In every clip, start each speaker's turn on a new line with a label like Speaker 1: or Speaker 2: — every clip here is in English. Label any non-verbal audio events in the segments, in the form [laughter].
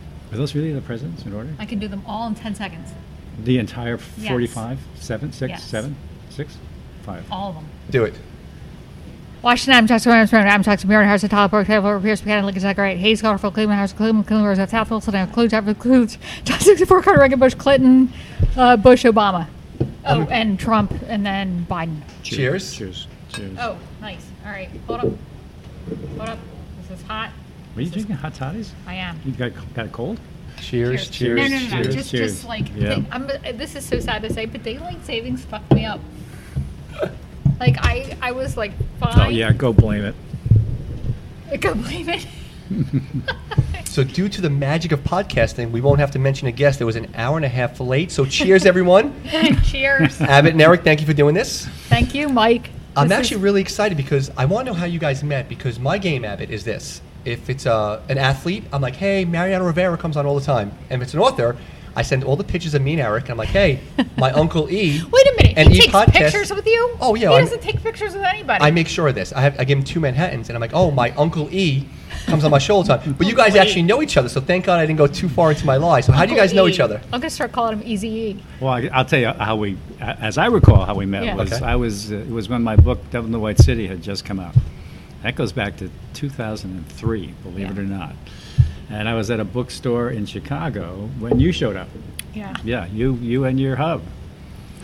Speaker 1: Are those really the presidents in order?
Speaker 2: I can do them all in 10 seconds,
Speaker 1: The entire
Speaker 2: Yes.
Speaker 1: 45, 7, 6,
Speaker 2: Yes. Oh,
Speaker 1: 7, 6, 5.
Speaker 2: all of them.
Speaker 3: Do it.
Speaker 2: Washington, I'm Tuxford, I'm Spring, I'm Tuxford, Marin, Harrison, Tyler, Burke, Taylor, Pierce, Buchanan, Lincoln, Zachary, Hayes, Garfield, Cleveland, Harrison, Cleveland, Cleveland, Roosevelt, South Wilson, and Clues, Everett, Clues, John 64, Carter, Reagan, Bush, Clinton, uh, Bush, Obama. Oh, and Trump, and then Biden.
Speaker 3: Cheers.
Speaker 1: Cheers. Cheers.
Speaker 2: Oh, nice. All right, hold up. Hold up. This is hot.
Speaker 1: Are you drinking hot toddies?
Speaker 2: I am.
Speaker 1: You got, got a cold?
Speaker 3: Cheers.
Speaker 1: Cheers.
Speaker 3: Cheers.
Speaker 2: No, no, no, no.
Speaker 1: cheers,
Speaker 2: Just,
Speaker 1: cheers.
Speaker 2: just like
Speaker 1: Yeah.
Speaker 2: they- I'm, uh, this is so sad to say, but daylight savings fucked me up. like I, I was like fine.
Speaker 1: Oh, yeah, go blame it.
Speaker 2: I couldn't believe it.
Speaker 3: So, due to the magic of podcasting, we won't have to mention a guest that was an hour and a half late.
Speaker 2: [laughs]
Speaker 3: So, cheers, everyone.
Speaker 2: Cheers.
Speaker 3: Abbott and Eric, thank you for doing this.
Speaker 2: Thank you, Mike.
Speaker 3: I'm
Speaker 2: This is-
Speaker 3: actually really excited because I want to know how you guys met. Because my game, Abbott, is this: if it's uh, an athlete, I'm like, hey, Mariano Rivera comes on all the time, and if it's an author, I send all the pictures of me and Eric. And I'm like, hey,
Speaker 2: [laughs]
Speaker 3: my uncle E.
Speaker 2: Wait a minute.
Speaker 3: and
Speaker 2: he
Speaker 3: E
Speaker 2: takes
Speaker 3: podcast-
Speaker 2: pictures with you.
Speaker 3: Oh yeah,
Speaker 2: He
Speaker 3: I'm-
Speaker 2: doesn't take pictures with anybody.
Speaker 3: I make sure of this. I, have, I give him two Manhattans, and I'm like, oh, my Uncle E comes on my show all the time. But you guys actually know each other, so thank God I didn't go too far into my lie. So how do you
Speaker 2: E. Uncle
Speaker 3: guys know
Speaker 2: E.
Speaker 3: each other?
Speaker 2: I'm gonna start calling him Easy E.
Speaker 1: Well, I, I'll tell you how we, as I recall, how we met
Speaker 2: Yeah.
Speaker 1: was
Speaker 3: Okay.
Speaker 1: I was uh, it was when my book Devil in the White City had just come out. That goes back to 2003, believe it
Speaker 2: Yeah.
Speaker 1: or not. And I was at a bookstore in Chicago when you showed up.
Speaker 2: Yeah.
Speaker 1: Yeah, you you and your hub.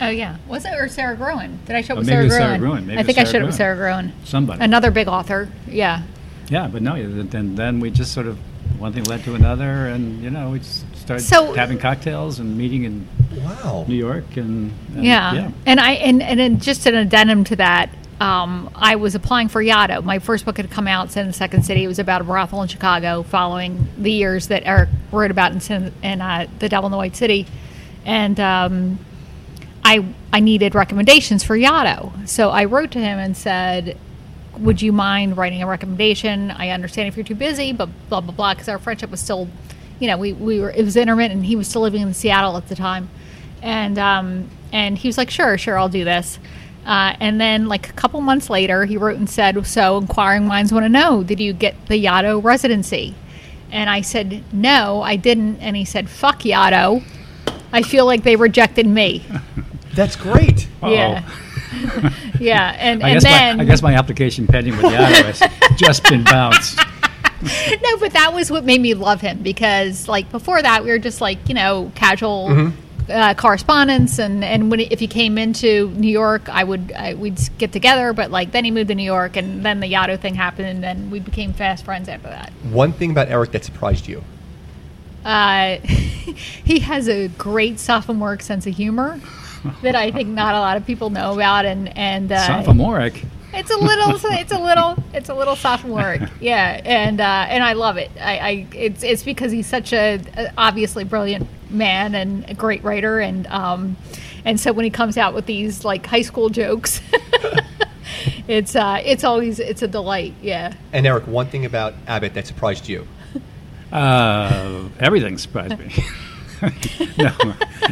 Speaker 2: Oh yeah. Was it or Sarah Groen? Did I show up
Speaker 1: Oh,
Speaker 2: with
Speaker 1: maybe it
Speaker 2: Sarah,
Speaker 1: was Sarah
Speaker 2: Groen?
Speaker 1: Groen. Maybe
Speaker 2: I
Speaker 1: it
Speaker 2: think
Speaker 1: was
Speaker 2: I
Speaker 1: Sarah
Speaker 2: showed up with
Speaker 1: Groen.
Speaker 2: Sarah Groen.
Speaker 1: Somebody.
Speaker 2: Another big author. Yeah.
Speaker 1: Yeah, but no, then then we just sort of one thing led to another, and you know we just started
Speaker 2: So-
Speaker 1: having cocktails and meeting in
Speaker 3: Wow.
Speaker 1: New York and, and
Speaker 2: yeah.
Speaker 1: yeah.
Speaker 2: And I and and then just an addendum to that, um, I was applying for Yaddo. My first book had come out, Sin in the Second City. It was about a brothel in Chicago, following the years that Eric wrote about in Sin and uh, the Devil in the White City, and. Um, I, I needed recommendations for Yaddo. So I wrote to him and said, Would you mind writing a recommendation? I understand if you're too busy, but blah, blah, blah. Because our friendship was still, you know, we, we were, it was intermittent. He was still living in Seattle at the time. And, um, and he was like, Sure, sure, I'll do this. Uh, and then, like a couple months later, he wrote and said, So inquiring minds want to know, did you get the Yaddo residency? And I said, No, I didn't. And he said, Fuck Yaddo. I feel like they rejected me.
Speaker 3: That's great.
Speaker 1: Uh-oh.
Speaker 2: Yeah. Yeah, and,
Speaker 1: I
Speaker 2: and
Speaker 1: guess
Speaker 2: then
Speaker 1: my I guess my application pending with the IRS has just been bounced.
Speaker 2: [laughs] no, but that was what made me love him because like before that we were just like you know casual
Speaker 1: Mm-hmm.
Speaker 2: uh, correspondence and and when if he came into New York I would I, we'd get together but like then he moved to New York and then the Yaddo thing happened and then we became fast friends after that.
Speaker 3: One thing about Eric that surprised you.
Speaker 2: Uh, [laughs] he has a great sophomoric sense of humor that I think not a lot of people know about and and uh,
Speaker 1: Sophomoric.
Speaker 2: It's a little. It's a little. It's a little sophomoric. Yeah, and uh, and I love it. I, I it's it's because he's such a, a obviously brilliant man and a great writer, and um, and so when he comes out with these like high school jokes, [laughs] it's uh, it's always it's a delight. Yeah.
Speaker 3: And Eric, one thing about Abbott that surprised you.
Speaker 1: Uh, everything surprised me. [laughs] no,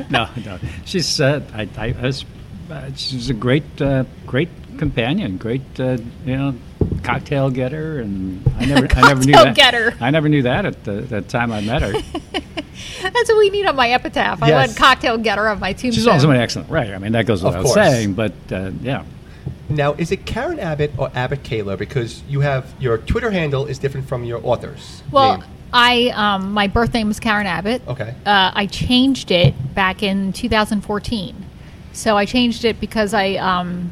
Speaker 1: no, no. She's uh, I, I, I was, uh, she's a great, uh, great companion, great uh, you know cocktail getter, and I never, I never knew
Speaker 2: Cocktail
Speaker 1: that.
Speaker 2: getter.
Speaker 1: I never knew that at the that time I
Speaker 2: [laughs]
Speaker 1: met her.
Speaker 2: That's what we need on my epitaph. I
Speaker 3: Yes.
Speaker 2: want cocktail getter on my tombstone.
Speaker 1: She's also an excellent writer. I mean, that goes without
Speaker 3: course.
Speaker 1: saying. But uh, yeah,
Speaker 3: Now, is it Karen Abbott or Abbott Kayla? Because you have your Twitter handle is different from your author's
Speaker 2: Well,
Speaker 3: name.
Speaker 2: I um, my birth name was Karen Abbott.
Speaker 3: Okay.
Speaker 2: Uh, I changed it back in 2014. So I changed it because I um,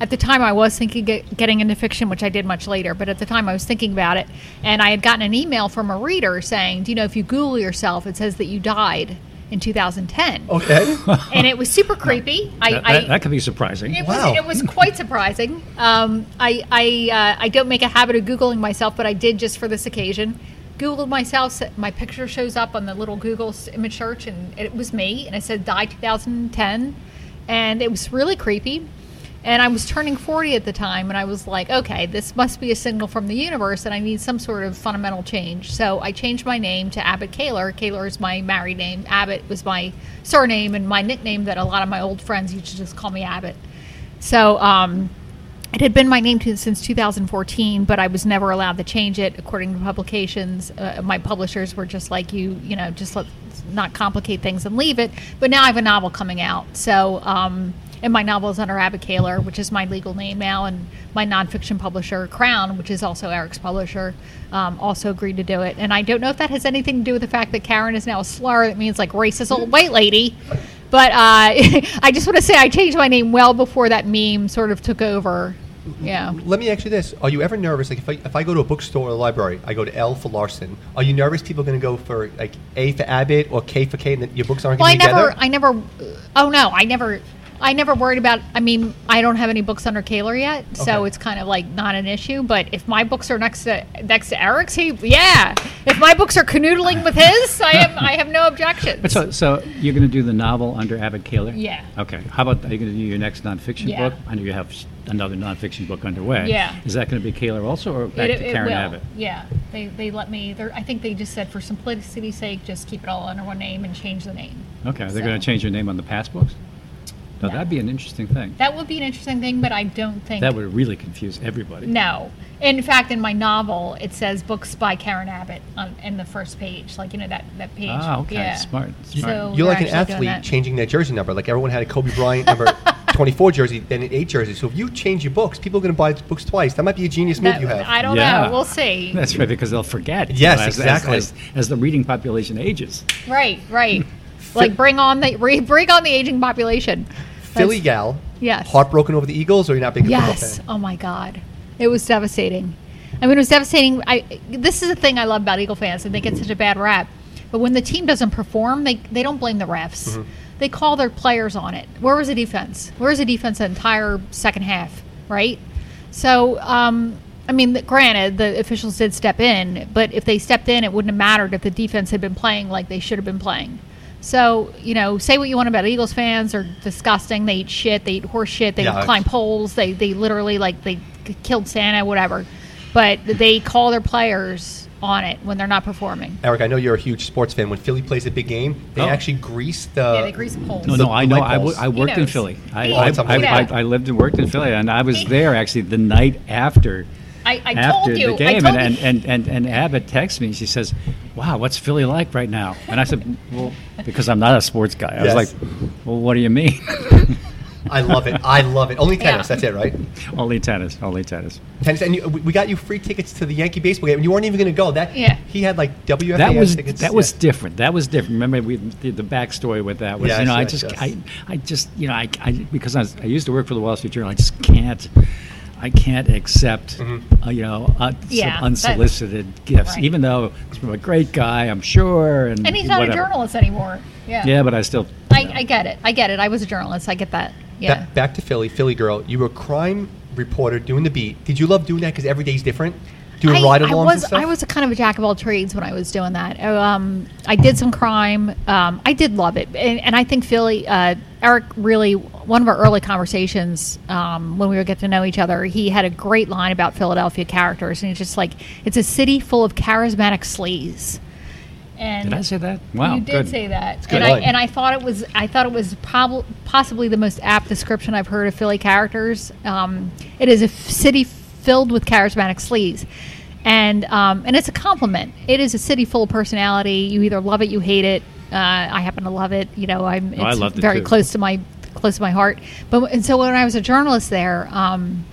Speaker 2: at the time I was thinking get, getting into fiction, which I did much later. But at the time I was thinking about it, and I had gotten an email from a reader saying, "Do you know if you Google yourself, it says that you died in 2010."
Speaker 3: Okay.
Speaker 2: And it was super creepy. I,
Speaker 1: that,
Speaker 2: I
Speaker 1: that, that could be surprising.
Speaker 2: it
Speaker 3: Wow.
Speaker 2: was it was quite surprising. Um, I I uh, I don't make a habit of googling myself, but I did just for this occasion. Googled myself. s- My picture shows up on the little Google s- image search, and it was me. And it said "die 2010," and it was really creepy. And I was turning 40 at the time, and I was like, okay, this must be a signal from the universe, and I need some sort of fundamental change. So I changed my name to Abbott Kaler. Kaler is my married name. Abbott was my surname and my nickname that a lot of my old friends used to just call me Abbott. So um, It had been my name to, since 2014, but I was never allowed to change it according to publications. Uh, my publishers were just like, you, you know, just let not complicate things and leave it. But now I have a novel coming out. So, um, and my novel is under Abbott Kaler, which is my legal name now, and my nonfiction publisher, Crown, which is also Eric's publisher, um, also agreed to do it. And I don't know if that has anything to do with the fact that Karen is now a slur that means like racist old white lady. But uh, [laughs] I just want to say I changed my name well before that meme sort of took over. Yeah.
Speaker 3: Let me ask you this: Are you ever nervous? Like, if I, if I go to a bookstore or a library, I go to L for Larson. Are you nervous people are going to go for like A for Abbott or K for Kate, and that your books aren't
Speaker 2: Well, I
Speaker 3: going to be
Speaker 2: never,
Speaker 3: together?
Speaker 2: I never. Oh no, I never, I never worried about. I mean, I don't have any books under Kaler yet, so
Speaker 3: Okay.
Speaker 2: it's kind of like not an issue. But if my books are next to next to Eric's, he, yeah. If my books are canoodling with his, I am, I have no objections.
Speaker 1: So, so you're going to do the novel under Abbott Kaler?
Speaker 2: Yeah.
Speaker 1: Okay. How about are you going to do your next nonfiction
Speaker 2: Yeah.
Speaker 1: book? I know you have s- another nonfiction book underway.
Speaker 2: Yeah.
Speaker 1: Is that going to be Kaler also, or back to Karen Abbott?
Speaker 2: Yeah, they they let me. they're- I think they just said for simplicity's sake, just keep it all under one name and change the name.
Speaker 1: Okay. They're
Speaker 2: So-
Speaker 1: going to change your name on the past books. Now,
Speaker 2: No.
Speaker 1: that'd be an interesting thing.
Speaker 2: That would be an interesting thing, but I don't think
Speaker 1: That would really confuse everybody.
Speaker 2: No. In fact, in my novel, it says books by Karen Abbott on in the first page, like you know that that page.
Speaker 1: Ah, okay.
Speaker 2: Yeah.
Speaker 1: Smart. Smart.
Speaker 2: So
Speaker 3: You're
Speaker 2: they're
Speaker 3: like an
Speaker 2: actually doing
Speaker 3: athlete
Speaker 2: that.
Speaker 3: changing their jersey number. Like everyone had a Kobe Bryant
Speaker 2: [laughs]
Speaker 3: number 24 jersey, then an 8 jersey. So if you change your books, people are going to buy books twice. That might be a genius move
Speaker 2: That-
Speaker 3: you have.
Speaker 2: I don't
Speaker 1: Yeah.
Speaker 2: know.
Speaker 1: [laughs]
Speaker 2: We'll see.
Speaker 1: That's right, because they'll forget. you
Speaker 3: Yes,
Speaker 1: know, as- as-
Speaker 3: exactly.
Speaker 1: As, as the reading population ages.
Speaker 2: Right.
Speaker 1: [laughs]
Speaker 2: Right. like bring on the re, bring on the aging population.
Speaker 3: Philly
Speaker 2: That's-
Speaker 3: gal,
Speaker 2: Yes.
Speaker 3: heartbroken over the Eagles, or you're not being a football
Speaker 2: Yes.
Speaker 3: fan?
Speaker 2: Oh my God, it was devastating. I mean, it was devastating. I this is the thing I love about Eagle fans, and they get such a bad rap. But when the team doesn't perform, they they don't blame the refs.
Speaker 3: Mm-hmm.
Speaker 2: They call their players on it. Where was the defense? Where was the defense the entire second half? Right. So, um, I mean, granted, the officials did step in, but if they stepped in, it wouldn't have mattered if the defense had been playing like they should have been playing. So, you know, say what you want about Eagles fans. They're disgusting. They eat shit. They eat horse shit. They
Speaker 3: Yeah, it's-
Speaker 2: climb poles. They they literally like they k- killed Santa, whatever. But they call their players on it when they're not performing.
Speaker 1: Uh,
Speaker 3: Eric, I know you're a huge sports fan. When Philly plays a big game, they
Speaker 1: Oh.
Speaker 3: actually grease the.
Speaker 2: Yeah, they grease the poles.
Speaker 1: No,
Speaker 3: The-
Speaker 1: no, I
Speaker 3: the
Speaker 1: know.
Speaker 3: light
Speaker 1: I, w-
Speaker 3: bulbs.
Speaker 1: I worked in
Speaker 2: knows?
Speaker 1: Philly. I,
Speaker 2: He-
Speaker 1: I,
Speaker 3: Oh, it's
Speaker 1: I, I,
Speaker 2: unbelievable.
Speaker 1: I lived and worked in Philly, and I was
Speaker 2: He-
Speaker 1: there actually the night after.
Speaker 2: I- I
Speaker 1: after
Speaker 2: told you,
Speaker 1: the
Speaker 2: I
Speaker 1: game,
Speaker 2: told
Speaker 1: and,
Speaker 2: you.
Speaker 1: and, and, and Abbott texts me. and She says, "Wow, what's Philly like right now?" And I said, "Well, because I'm not a sports guy." I was
Speaker 3: Yes.
Speaker 1: like, "Well, what do you mean?" [laughs]
Speaker 3: I love it. I love it. Only tennis.
Speaker 2: [laughs] Yeah.
Speaker 3: That's it, right?
Speaker 1: only tennis. Only tennis.
Speaker 3: Tennis, and you, we we got you free tickets to the Yankee baseball game, and you weren't even going to go. That
Speaker 2: Yeah.
Speaker 3: he had like WFAN
Speaker 1: that was
Speaker 3: tickets.
Speaker 1: that was
Speaker 3: Yeah.
Speaker 1: different. That was different. Remember, we the, the backstory with that was
Speaker 3: Yes,
Speaker 1: you know I
Speaker 3: yes,
Speaker 1: just
Speaker 3: yes.
Speaker 1: I, I just you know I, I because I, was, I used to work for the Wall Street Journal. I just can't I can't accept
Speaker 3: Mm-hmm.
Speaker 1: uh, you know uh, some
Speaker 2: Yeah, that-
Speaker 1: unsolicited gifts,
Speaker 2: right.
Speaker 1: even though it's from a great guy, I'm sure. And,
Speaker 2: And he's not
Speaker 1: whatever.
Speaker 2: a journalist anymore. Yeah.
Speaker 1: Yeah, but I still
Speaker 2: I, I get it. I get it. I was a journalist. I get that.
Speaker 3: Ba-
Speaker 2: Yeah.
Speaker 3: Back, to Philly, Philly girl. You were a crime reporter doing the beat. Did you love doing that because every day's different? Doing
Speaker 2: I,
Speaker 3: ride-alongs
Speaker 2: I was
Speaker 3: and stuff.
Speaker 2: I was a kind of a jack of all trades when I was doing that. Oh, Um, I did some crime. Um, I did love it, and, and I think Philly uh, Eric really one of our early conversations um, when we would get to know each other. He had a great line about Philadelphia characters, and he's just like, "It's a city full of charismatic sleaze." And
Speaker 1: did I say that? Wow,
Speaker 2: you did
Speaker 1: good.
Speaker 2: say that,
Speaker 3: good
Speaker 2: and I
Speaker 3: line.
Speaker 2: and I thought it was I thought it was prob- possibly the most apt description I've heard of Philly characters. Um, it is a f- city filled with charismatic sleaze, and um, and it's a compliment. It is a city full of personality. You either love it, you hate it. Uh, I happen to love it. You know, I'm it's
Speaker 1: Oh, I loved it
Speaker 2: very
Speaker 1: too.
Speaker 2: close to my close to my heart. But and so when I was a journalist there. Um,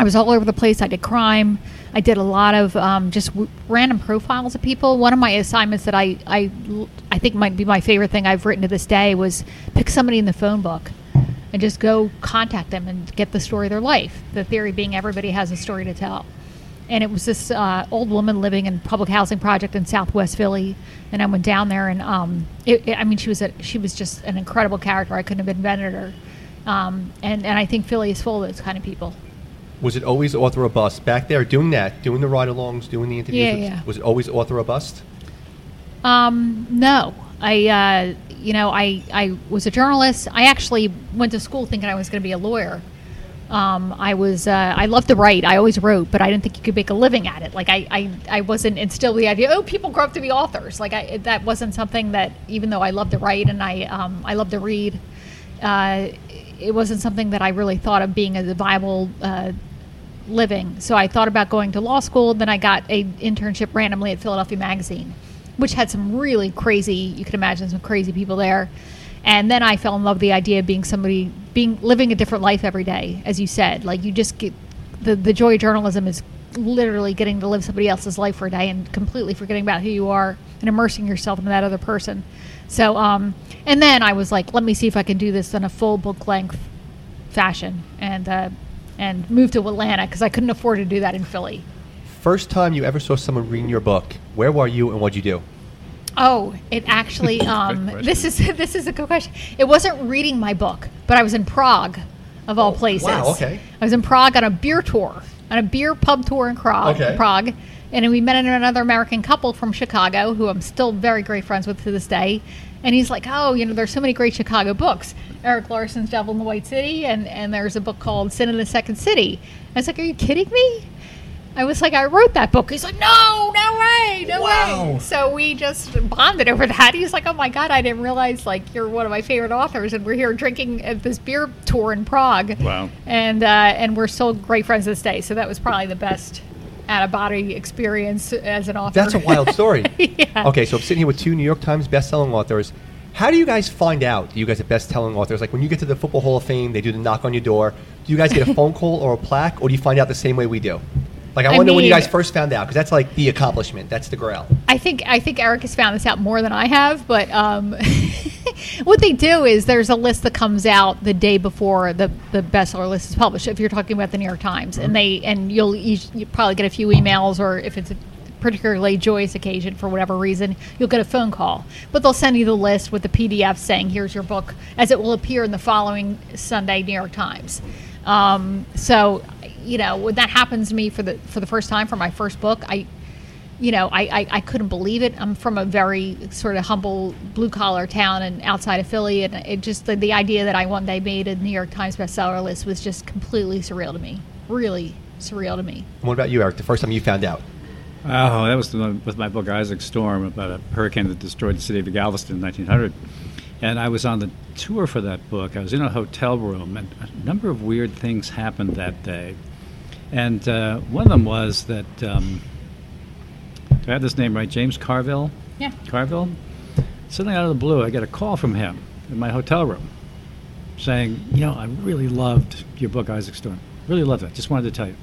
Speaker 2: I was all over the place. I did crime. I did a lot of um, just w- random profiles of people. One of my assignments that I, I l- I think might be my favorite thing I've written to this day was pick somebody in the phone book and just go contact them and get the story of their life. The theory being everybody has a story to tell. And it was this uh, old woman living in public housing project in Southwest Philly, and I went down there and um, it, it- I mean she was a, she was just an incredible character. I couldn't have invented her. Um, and, and I think Philly is full of those kind of people.
Speaker 3: Was it always author or bust? Back there, doing that, doing the ride-alongs, doing the interviews.
Speaker 2: Yeah,
Speaker 3: was,
Speaker 2: yeah.
Speaker 3: was it always author or bust?
Speaker 2: Um, no, I, uh, you know, I, I was a journalist. I actually went to school thinking I was going to be a lawyer. Um, I was, uh, I loved to write. I always wrote, but I didn't think you could make a living at it. Like I, I, I wasn't instilled with the idea, oh, people grow up to be authors. Like I, that wasn't something that, even though I loved to write and I, um, I loved to read, uh, it wasn't something that I really thought of being as a viable uh, living. So I thought about going to law school. Then I got a internship randomly at Philadelphia Magazine, which had some really crazy. You can imagine some crazy people there. And then I fell in love with the idea of being somebody, being living a different life every day, as you said. Like you just get the the joy of journalism is literally getting to live somebody else's life for a day and completely forgetting about who you are and immersing yourself in that other person. So, um, and then I was like, let me see if I can do this in a full book length fashion, and uh, and moved to Atlanta because I couldn't afford to do that in Philly.
Speaker 3: First time you ever saw someone reading your book, where were you and what'd you do?
Speaker 2: Oh, it
Speaker 3: [laughs]
Speaker 2: actually. Um,
Speaker 1: question.
Speaker 2: this is [laughs] this is a good question. It wasn't reading my book, but I was in Prague, of all
Speaker 3: Oh, wow,
Speaker 2: places.
Speaker 3: okay.
Speaker 2: I was in Prague on a beer tour, on a beer pub tour in Prague.
Speaker 3: Okay.
Speaker 2: Prague, and we met another American couple from Chicago, who I'm still very great friends with to this day. And he's like, "Oh, you know, there's so many great Chicago books. Eric Larson's Devil in the White City, and and there's a book called Sin in the Second City." I was like, "Are you kidding me?" I was like, I wrote that book. He's like, no, no way, no
Speaker 3: Wow.
Speaker 2: way. So we just bonded over that. He's like, oh my god, I didn't realize like you're one of my favorite authors, and we're here drinking at this beer tour in Prague.
Speaker 1: Wow.
Speaker 2: And uh, and we're still great friends this day. So that was probably the best out of body experience as an author.
Speaker 3: That's a wild story.
Speaker 2: Yeah.
Speaker 3: Okay, so I'm sitting here with two New York Times best-selling authors. How do you guys find out you guys are best-selling authors? Like when you get to the Football Hall of Fame, they do the knock on your door. Do you guys get a phone call or a plaque, or do you find out the same way we do? Like I,
Speaker 2: I
Speaker 3: want to know when you
Speaker 2: mean-
Speaker 3: guys first found out because that's like the accomplishment. That's the grail.
Speaker 2: I think I think Eric has found this out more than I have, but um, [laughs] what they do is there's a list that comes out the day before the the bestseller list is published. If you're talking about the New York Times, and they and you'll each, you probably get a few emails, or if it's a particularly joyous occasion for whatever reason, you'll get a phone call. But they'll send you the list with the PDF saying, "Here's your book," as it will appear in the following Sunday New York Times. Um, so, you know, when that happens to me for the for the first time for my first book, I you know, I, I, I couldn't believe it. I'm from a very sort of humble blue collar town and outside of Philly, and it just the, the idea that I one day made a New York Times bestseller list was just completely surreal to me. Really surreal to me.
Speaker 3: And what about you, Eric? The first time you found out?
Speaker 1: Oh, that was the one with my book Isaac Storm about a hurricane that destroyed the city of Galveston in 1900. And I was on the tour for that book. I was in a hotel room, and a number of weird things happened that day. And uh, one of them was that um, do I have this name right? James Carville.
Speaker 2: Yeah.
Speaker 1: Carville. Suddenly, out of the blue, I get a call from him in my hotel room, saying, "You know, I really loved your book, Isaac Storm. Really loved it. Just wanted to tell you."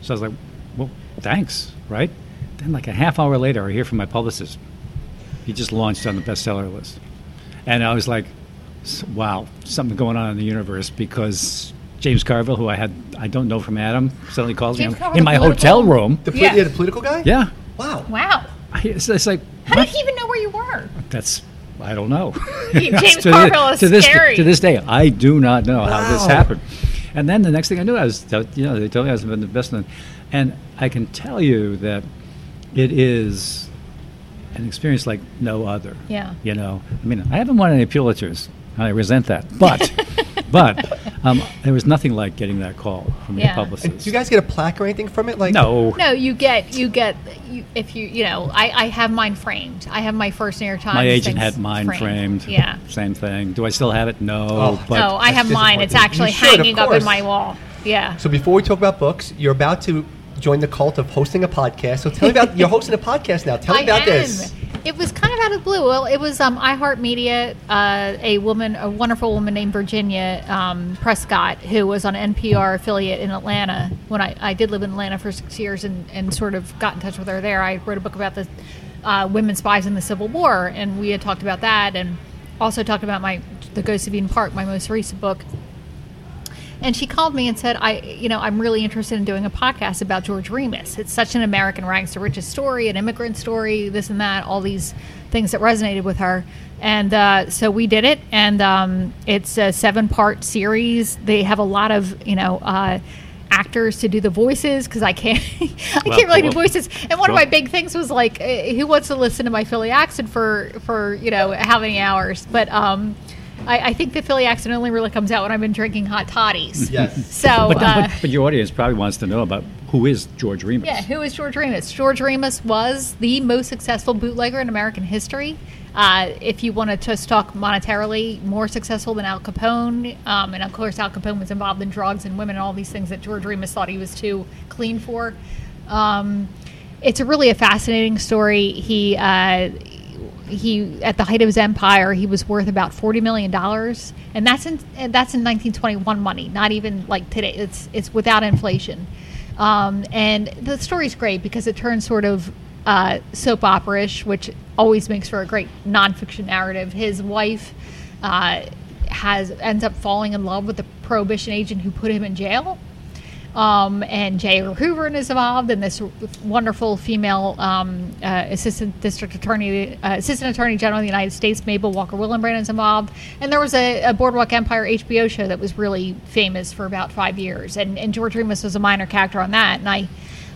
Speaker 1: So I was like, well, thanks, right? Then, like a half hour later, I hear from my publicist. He just launched on the bestseller list. And I was like, s- wow, something going on in the universe because James Carville, who I had, I don't know from Adam, suddenly calls
Speaker 2: James
Speaker 1: me I'm
Speaker 2: Carville,
Speaker 1: in my
Speaker 2: the political-
Speaker 1: hotel room.
Speaker 3: The, poli-
Speaker 2: Yeah.
Speaker 3: yeah, the political guy?
Speaker 1: Yeah.
Speaker 3: Wow.
Speaker 2: Wow.
Speaker 1: I- It's, it's like,
Speaker 2: How
Speaker 1: what?
Speaker 2: did he even know where
Speaker 1: [laughs]
Speaker 2: you were?
Speaker 1: That's, I don't know.
Speaker 2: [laughs]
Speaker 1: [laughs]
Speaker 2: James
Speaker 1: To thi-
Speaker 2: Carville is
Speaker 1: to this,
Speaker 2: scary.
Speaker 1: To this day, I do not know how this
Speaker 3: Wow.
Speaker 1: happened. And then the next thing I knew, I was, tell- you know, they told me I was an investment. And I can tell you that it is an experience like no other.
Speaker 2: Yeah.
Speaker 1: You know, I mean, I haven't won any Pulitzers. I resent that. [laughs]
Speaker 2: [laughs]
Speaker 1: But, but um, there was nothing like getting that call from
Speaker 2: Yeah.
Speaker 1: your publicist.
Speaker 3: Do you guys get a plaque or anything from it? Like
Speaker 1: no.
Speaker 2: No, you get you get you, if you you know I, I have mine framed. I have my first New York Times.
Speaker 1: My agent
Speaker 2: things
Speaker 1: had mine framed.
Speaker 2: Yeah.
Speaker 1: Same thing. Do I still have it? No.
Speaker 3: Oh.
Speaker 1: but
Speaker 2: no, I
Speaker 3: that's
Speaker 2: have mine. It's
Speaker 3: disappointing.
Speaker 2: actually
Speaker 3: You should, of
Speaker 2: hanging up in
Speaker 3: course.
Speaker 2: my wall. Yeah.
Speaker 3: So before we talk about books, you're about to join the cult of hosting a podcast. So tell me about you're hosting a podcast now. Tell me about this.
Speaker 2: It was kind of out of the blue. Well, it was um, iHeartMedia, uh, a woman, a wonderful woman named Virginia um, Prescott, who was on NPR affiliate in Atlanta. When I, I did live in Atlanta for six years and, and sort of got in touch with her there, I wrote a book about the uh, women spies in the Civil War, and we had talked about that, and also talked about my the Ghost of Eden Park, my most recent book. And she called me and said, "I, you know, I'm really interested in doing a podcast about George Remus. It's such an American rags to riches story, an immigrant story, this and that, all these things that resonated with her." And uh, so we did it, and um, it's a seven part series. They have a lot of, you know. Uh, actors to do the voices because i can't [laughs] i
Speaker 1: Well,
Speaker 2: can't really do
Speaker 1: well,
Speaker 2: voices and one of
Speaker 1: well.
Speaker 2: my big things was like eh, who wants to listen to my philly accent for for you know how many hours but um i, I think the philly accent only really comes out when i've been drinking hot toddies
Speaker 3: Yes.
Speaker 2: so,
Speaker 1: But,
Speaker 2: uh,
Speaker 1: but, but your audience probably wants to know about who is George Remus.
Speaker 2: yeah, who is George Remus? George Remus was the most successful bootlegger in American history. Uh, if you wanted to talk monetarily, more successful than Al Capone, um, and of course Al Capone was involved in drugs and women and all these things that George Remus thought he was too clean for. Um, it's a really a fascinating story. He uh, he at the height of his empire, he was worth about forty million dollars, and that's in and that's in nineteen twenty one money, not even like today. It's it's without inflation. Um, and the story's great because it turns sort of uh, soap opera-ish, which always makes for a great nonfiction narrative. His wife uh, has ends up falling in love with the prohibition agent who put him in jail, um, and J. Edgar Hoover is involved, and this wonderful female um, uh, assistant district attorney, uh, assistant attorney general of the United States, Mabel Walker Willenbrand, is involved. And there was a, a Boardwalk Empire HBO show that was really famous for about five years, and, and George Remus was a minor character on that. And I,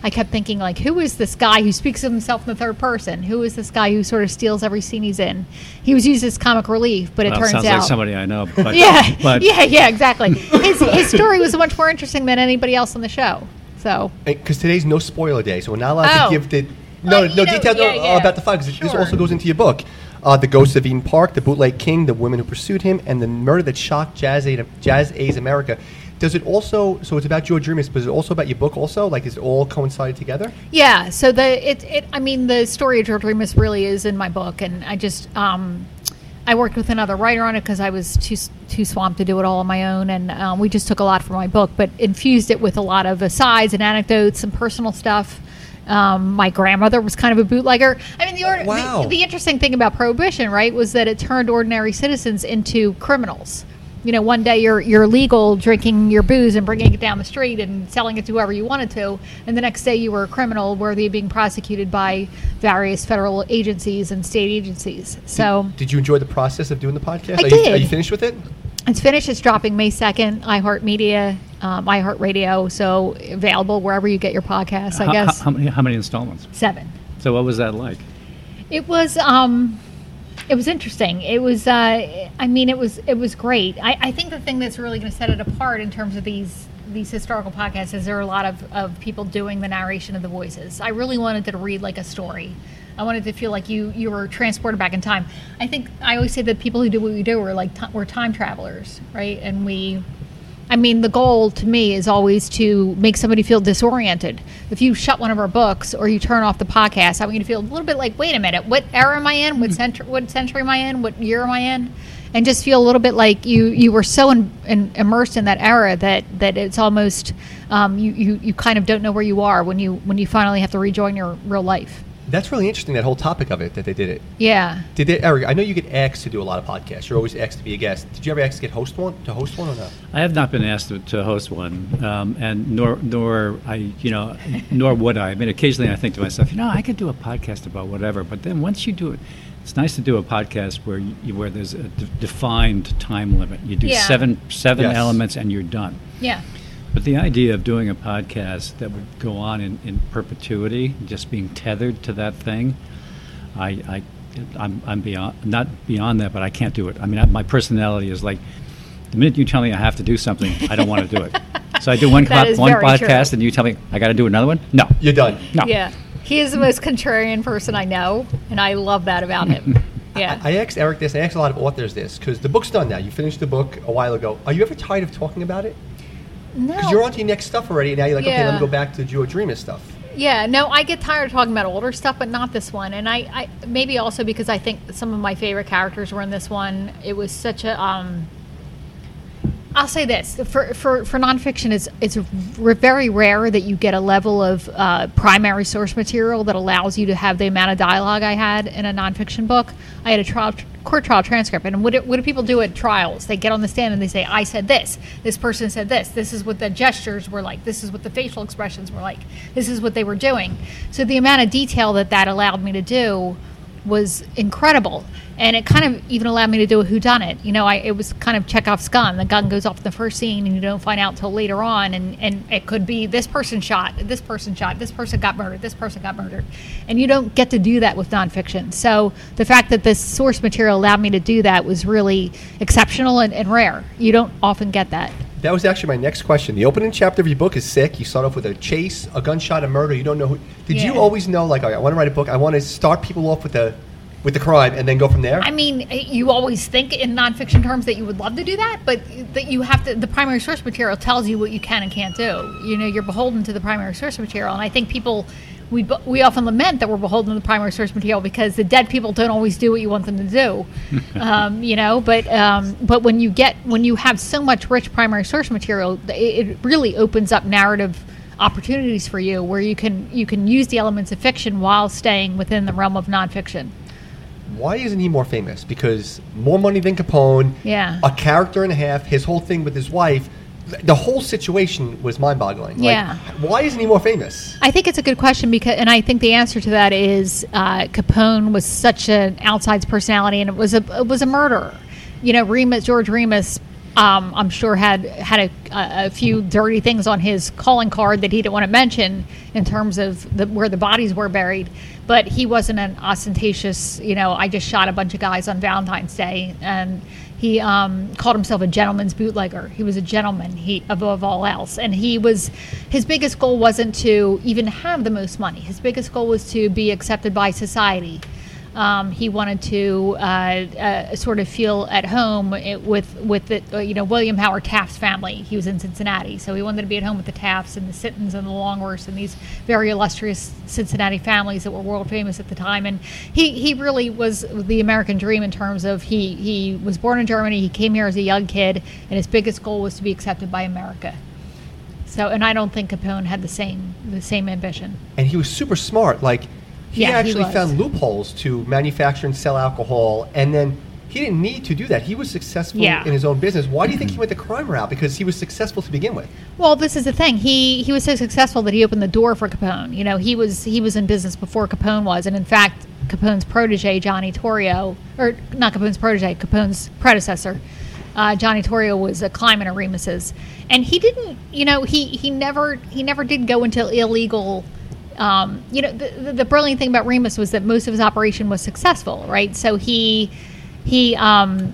Speaker 2: I kept thinking like, who is this guy who speaks of himself in the third person? Who is this guy who sort of steals every scene he's in? He was used as comic relief, but it
Speaker 1: Well,
Speaker 2: turns
Speaker 1: sounds
Speaker 2: out
Speaker 1: like
Speaker 2: [laughs]
Speaker 1: somebody I know. But,
Speaker 2: yeah,
Speaker 1: but
Speaker 2: [laughs] yeah, yeah, exactly. His, his story was much more interesting than anybody else on the show. So
Speaker 3: Because today's no spoiler day, so we're not allowed
Speaker 2: Oh.
Speaker 3: to give the no
Speaker 2: Well, you
Speaker 3: no
Speaker 2: know,
Speaker 3: details
Speaker 2: yeah,
Speaker 3: uh,
Speaker 2: yeah.
Speaker 3: about the fight. 'cause it- This
Speaker 2: Sure.
Speaker 3: also goes into your book. Uh, the Ghost of Eden Park, the Bootleg King, the women who pursued him, and the murder that shocked Jazz Aid, Jazz A's America. Does it also? So it's about George Remus, but is it also about your book? Also, like is it all coincided together?
Speaker 2: yeah, so the it, it I mean the story of George Remus really is in my book, and I just um, I worked with another writer on it because I was too s- too swamped to do it all on my own, and um, we just took a lot from my book, but infused it with a lot of asides and anecdotes and personal stuff. Um, my grandmother was kind of a bootlegger. I mean, the, order,
Speaker 3: Wow.
Speaker 2: the, the interesting thing about prohibition, right, was that it turned ordinary citizens into criminals. You know, one day you're you're legal drinking your booze and bringing it down the street and selling it to whoever you wanted to, and the next day you were a criminal worthy of being prosecuted by various federal agencies and state agencies. So
Speaker 3: Did you enjoy the process of doing the
Speaker 2: I
Speaker 3: podcast? are, You, are
Speaker 2: did.
Speaker 3: you finished with it?
Speaker 2: it's finished. It's dropping May second. iHeartMedia, um, iHeartRadio, so available wherever you get your podcasts.
Speaker 1: How-
Speaker 2: I guess
Speaker 1: How, how many how many installments?
Speaker 2: seven.
Speaker 1: So what was that like?
Speaker 2: It was um it was interesting. It was uh I mean it was it was great. I, I think the thing that's really gonna set it apart in terms of these these historical podcasts is there are a lot of, of people doing the narration of the voices. I really wanted to read like a story. I wanted to feel like you you were transported back in time. I think I always say that people who do what we do are like t- we're time travelers, right? And we I mean, the goal to me is always to make somebody feel disoriented. If you shut one of our books or you turn off the podcast, I want you to feel a little bit like, wait a minute, what era am I in? What
Speaker 3: Hmm.
Speaker 2: century? What century am I in? What year am I in? And just feel a little bit like you you were so in, in, immersed in that era that that it's almost um, you, you you kind of don't know where you are when you when you finally have to rejoin your real life.
Speaker 3: That's really interesting. That whole topic of it that they did it.
Speaker 2: Yeah.
Speaker 3: Did they, Eric? I know you get asked to do a lot of podcasts. You're always asked to be a guest. Did you ever ask to get host one to host one or not?
Speaker 1: I have not been asked to, to host one, um, and nor nor I you know nor would I. I mean, occasionally I think to myself, you know, I could do a podcast about whatever. But then once you do it, it's nice to do a podcast where you, where there's a de- defined time limit. You do
Speaker 2: Yeah.
Speaker 1: seven seven
Speaker 3: Yes.
Speaker 1: elements, and you're done.
Speaker 2: Yeah.
Speaker 1: But the idea of doing a podcast that would go on in, in perpetuity, just being tethered to that thing, I, I, I'm, I'm beyond not beyond that, but I can't do it. I mean, I, my personality is like the minute you tell me I have to do something, I don't want to do it.
Speaker 2: [laughs]
Speaker 1: So I do one
Speaker 2: That
Speaker 1: co-
Speaker 2: is
Speaker 1: one
Speaker 2: very true.
Speaker 1: podcast, and you tell me I got to do another one. No,
Speaker 3: You're done.
Speaker 1: no.
Speaker 2: Yeah. He is the most contrarian person I know, and I love that about
Speaker 3: [laughs]
Speaker 2: him. Yeah.
Speaker 3: I asked Eric this. I asked a lot of authors this because the book's done now. You finished the book a while ago. Are you ever tired of talking about it?
Speaker 2: no.
Speaker 3: Because you're on to your next stuff already. And now you're like, okay, let
Speaker 2: Yeah.
Speaker 3: me go back to Geo Dreamer stuff.
Speaker 2: Yeah, no, I get tired of talking about older stuff, but not this one. And I, I maybe also because I think some of my favorite characters were in this one. It was such a. Um, I'll say this for for, for nonfiction, it's it's r- very rare that you get a level of uh, primary source material that allows you to have the amount of dialogue I had in a nonfiction book. I had a trial court trial transcript, and what do, what do people do at trials? They get on the stand and they say, "I said this. This person said this. This is what the gestures were like. This is what the facial expressions were like. This is what they were doing." So the amount of detail that that allowed me to do was incredible. And it kind of even allowed me to do a whodunit. You know, I, it was kind of Chekhov's gun. The gun goes off in the first scene, and you don't find out till later on. And, and it could be this person shot, this person shot, this person got murdered, this person got murdered. And you don't get to do that with nonfiction. So the fact that this source material allowed me to do that was really exceptional and, and rare. You don't often get that.
Speaker 3: That was actually my next question. The opening chapter of your book is sick. You start off with a chase, a gunshot, a murder. You don't know who. Did you
Speaker 2: Yeah.
Speaker 3: always know, like, all right, I want to write a book. I want to start people off with a with the crime and then go from there?
Speaker 2: I mean, eh, you always think in nonfiction terms that you would love to do that, but that you have to. The primary source material tells you what you can and can't do. You know, you're beholden to the primary source material, and I think people. We, we often lament that we're beholden to the primary source material because the dead people don't always do what you want them to do, um, you know. But um, but when you get when you have so much rich primary source material, it, it really opens up narrative opportunities for you where you can you can use the elements of fiction while staying within the realm of nonfiction.
Speaker 3: Why isn't he more famous? Because more money than Capone.
Speaker 2: Yeah.
Speaker 3: A character and a half. His whole thing with his wife. th- The whole situation was mind-boggling. Like,
Speaker 2: Yeah.
Speaker 3: why isn't he more famous?
Speaker 2: I think it's a good question because, and I think the answer to that is uh, Capone was such an outside personality, and it was a it was a murderer. You know, Remus George Remus, um, I'm sure had had a, a, a few dirty things on his calling card that he didn't want to mention in terms of the, where the bodies were buried. But he wasn't an ostentatious. You know, I just shot a bunch of guys on Valentine's Day, and he um, called himself a gentleman's bootlegger. He was a gentleman. He above all else, and he was his biggest goal wasn't to even have the most money. His biggest goal was to be accepted by society. Um, he wanted to uh, uh, sort of feel at home i- with with the, uh, you know William Howard Taft's family. He was in Cincinnati, so he wanted to be at home with the Tafts and the Sittons and the Longworths and these very illustrious Cincinnati families that were world famous at the time. And he, he really was the American dream in terms of he he was born in Germany. He came here as a young kid, and his biggest goal was to be accepted by America. So, and I don't think Capone had the same the same ambition.
Speaker 3: and he was super smart. Like he
Speaker 2: Yeah, he
Speaker 3: actually
Speaker 2: was.
Speaker 3: found loopholes to manufacture and sell alcohol, and then he didn't need to do that. He was successful
Speaker 2: Yeah.
Speaker 3: in his own business. Why do you think he went the crime route? Because he was successful to begin with.
Speaker 2: Well, this is the thing. He he was so successful that he opened the door for Capone. You know, he was he was in business before Capone was, and in fact, Capone's protege Johnny Torrio, or not Capone's protege, Capone's predecessor, uh, Johnny Torrio was a climbing of Remus's, and he didn't. You know, he he never he never did go into illegal um, you know, the, the, the brilliant thing about Remus was that most of his operation was successful, right? So he he um,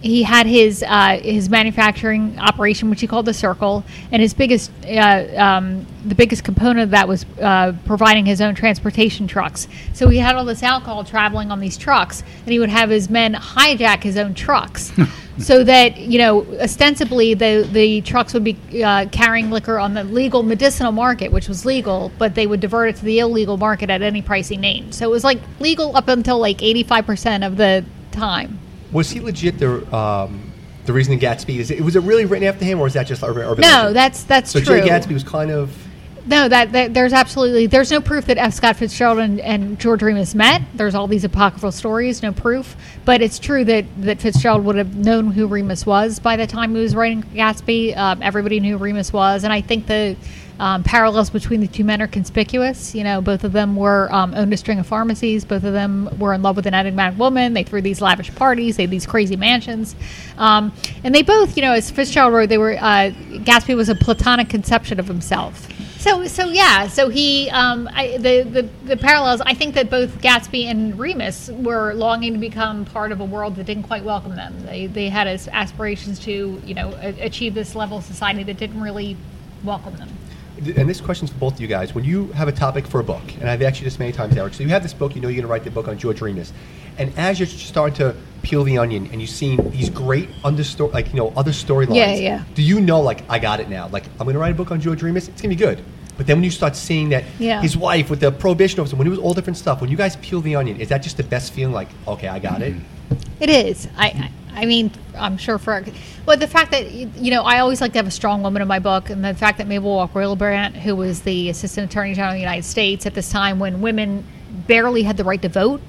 Speaker 2: he had his uh, his manufacturing operation, which he called the Circle, and his biggest uh, um, the biggest component of that was uh, providing his own transportation trucks. So he had all this alcohol traveling on these trucks, and he would have his men hijack his own trucks. So that you know, ostensibly the the trucks would be uh, carrying liquor on the legal medicinal market, which was legal, but they would divert it to the illegal market at any price he named. So it was like legal up until like eighty five percent of the time.
Speaker 3: Was he legit the um, the reason in Gatsby? Is it was it really written after him, or is that just urban? urban
Speaker 2: No,
Speaker 3: legend?
Speaker 2: that's that's
Speaker 3: so.
Speaker 2: true.
Speaker 3: Jay Gatsby was kind of
Speaker 2: No, that, that there's absolutely there's no proof that F. Scott Fitzgerald and, and George Remus met. There's all these apocryphal stories, no proof, but it's true that that Fitzgerald would have known who Remus was by the time he was writing Gatsby. Um, everybody knew who Remus was, and I think the um, parallels between the two men are conspicuous. You know, both of them were um, owned a string of pharmacies. Both of them were in love with an enigmatic woman. They threw these lavish parties. They had these crazy mansions, um, and they both, you know, as Fitzgerald wrote, they were uh, Gatsby was a platonic conception of himself. So, so yeah, so he, um, I, the, the the parallels. I think that both Gatsby and Remus were longing to become part of a world that didn't quite welcome them. They they had as aspirations to you know a, achieve this level of society that didn't really welcome them.
Speaker 3: and this question's for both of you guys. When you have a topic for a book, and I've asked you this many times, Eric, so you have this book, you know you're going to write the book on George Remus, and as you're starting to peel the onion and you've seen these great understory, like you know other storylines,
Speaker 2: Yeah, yeah.
Speaker 3: Do you know like I got it now? Like I'm going to write a book on George Remus. It's going to be good. But then when you start seeing that
Speaker 2: Yeah.
Speaker 3: his wife with the prohibition officer, when it was all different stuff, when you guys peel the onion, is that just the best feeling? Like okay, I got it.
Speaker 2: It is. I, I I mean, I'm sure for, well, the fact that, y- you know, I always like to have a strong woman in my book. And the fact that Mabel Walker Hillbrand, who was the Assistant Attorney General of the United States at this time when women barely had the right to vote,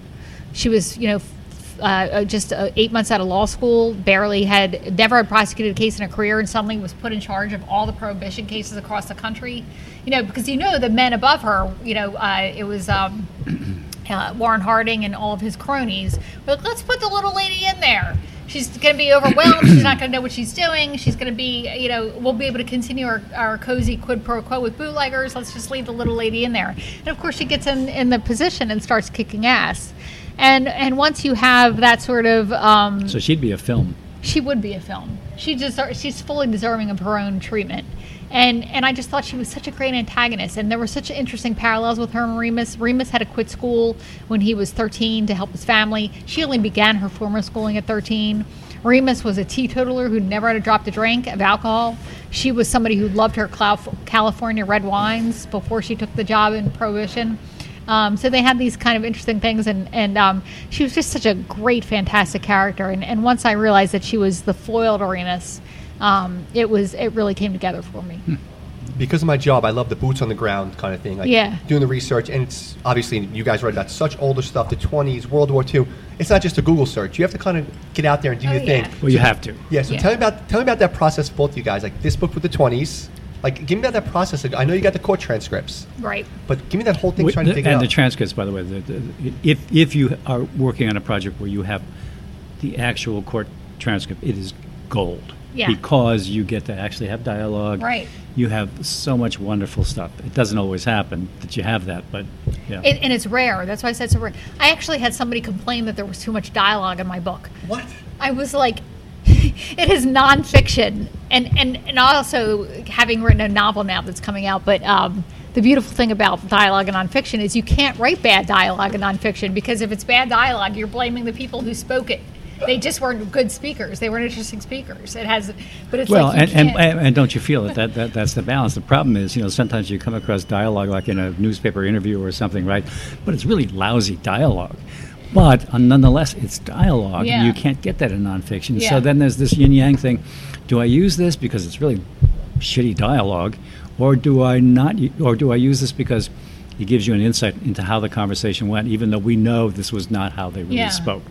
Speaker 2: she was, you know, f- uh, uh, just uh, eight months out of law school, barely had, never had prosecuted a case in her career, and suddenly was put in charge of all the prohibition cases across the country. You know, because you know the men above her, you know, uh, it was, um, uh, Warren Harding and all of his cronies. We're like, let's put the little lady in there. She's going to be overwhelmed. she's not going to know what she's doing. She's going to be, you know, we'll be able to continue our, our cozy quid pro quo with bootleggers. Let's just leave the little lady in there. And of course, she gets in, in the position and starts kicking ass. And and once you have that sort of um,
Speaker 1: So she'd be a film.
Speaker 2: she would be a film. She deser- she's fully deserving of her own treatment. And and I just thought she was such a great antagonist, and there were such interesting parallels with her and Remus. Remus had to quit school when he was 13 to help his family. She only began her formal schooling at 13. Remus was a teetotaler who never had a drop to drink of alcohol. She was somebody who loved her clou- California red wines before she took the job in Prohibition. Um, so they had these kind of interesting things, and and um, she was just such a great, fantastic character. And, and once I realized that she was the foil to Remus, um, it was it really came together for me.
Speaker 3: because of my job, I love the boots on the ground kind of thing. Like
Speaker 2: Yeah.
Speaker 3: doing the research, and it's obviously you guys write about such older stuff, the 20s, World War II. It's not just a Google search. You have to kind of get out there and do
Speaker 2: Oh,
Speaker 3: your thing.
Speaker 2: yeah.
Speaker 1: Well, you have to.
Speaker 3: Yeah. So
Speaker 2: Yeah.
Speaker 3: tell me about tell me about that process, for both of you guys. Like this book with the 20s. Like give me about that process. I know you got the court transcripts,
Speaker 2: Right.
Speaker 3: but give me that whole thing
Speaker 1: Wait,
Speaker 3: trying to
Speaker 1: the-
Speaker 3: dig it
Speaker 1: and
Speaker 3: out.
Speaker 1: the transcripts, by the way, the, the, if if you are working on a project where you have the actual court transcript, it is gold.
Speaker 2: Yeah.
Speaker 1: Because you get to actually have dialogue.
Speaker 2: Right.
Speaker 1: You have so much wonderful stuff. It doesn't always happen that you have that, but yeah.
Speaker 2: It, and it's rare. That's why I said it's so rare. I actually had somebody complain that there was too much dialogue in my book.
Speaker 3: what?
Speaker 2: I was like, [laughs] it is nonfiction, and and and also having written a novel now that's coming out. But um, the beautiful thing about dialogue and nonfiction is you can't write bad dialogue and nonfiction because if it's bad dialogue, you're blaming the people who spoke it. They just weren't good speakers. They weren't interesting speakers. It has, but it's
Speaker 1: well,
Speaker 2: like you
Speaker 1: and, and,
Speaker 2: can't-
Speaker 1: and and don't you feel that, that, that that's the balance? The problem is, you know, sometimes you come across dialogue like in a newspaper interview or something, right? But it's really lousy dialogue. But uh, nonetheless, it's dialogue,
Speaker 2: Yeah.
Speaker 1: and you can't get that in nonfiction.
Speaker 2: Yeah.
Speaker 1: So then there's this yin yang thing. Do I use this because it's really shitty dialogue, or do I not? u- Or do I use this because it gives you an insight into how the conversation went, even though we know this was not how they really
Speaker 2: Yeah.
Speaker 1: spoke?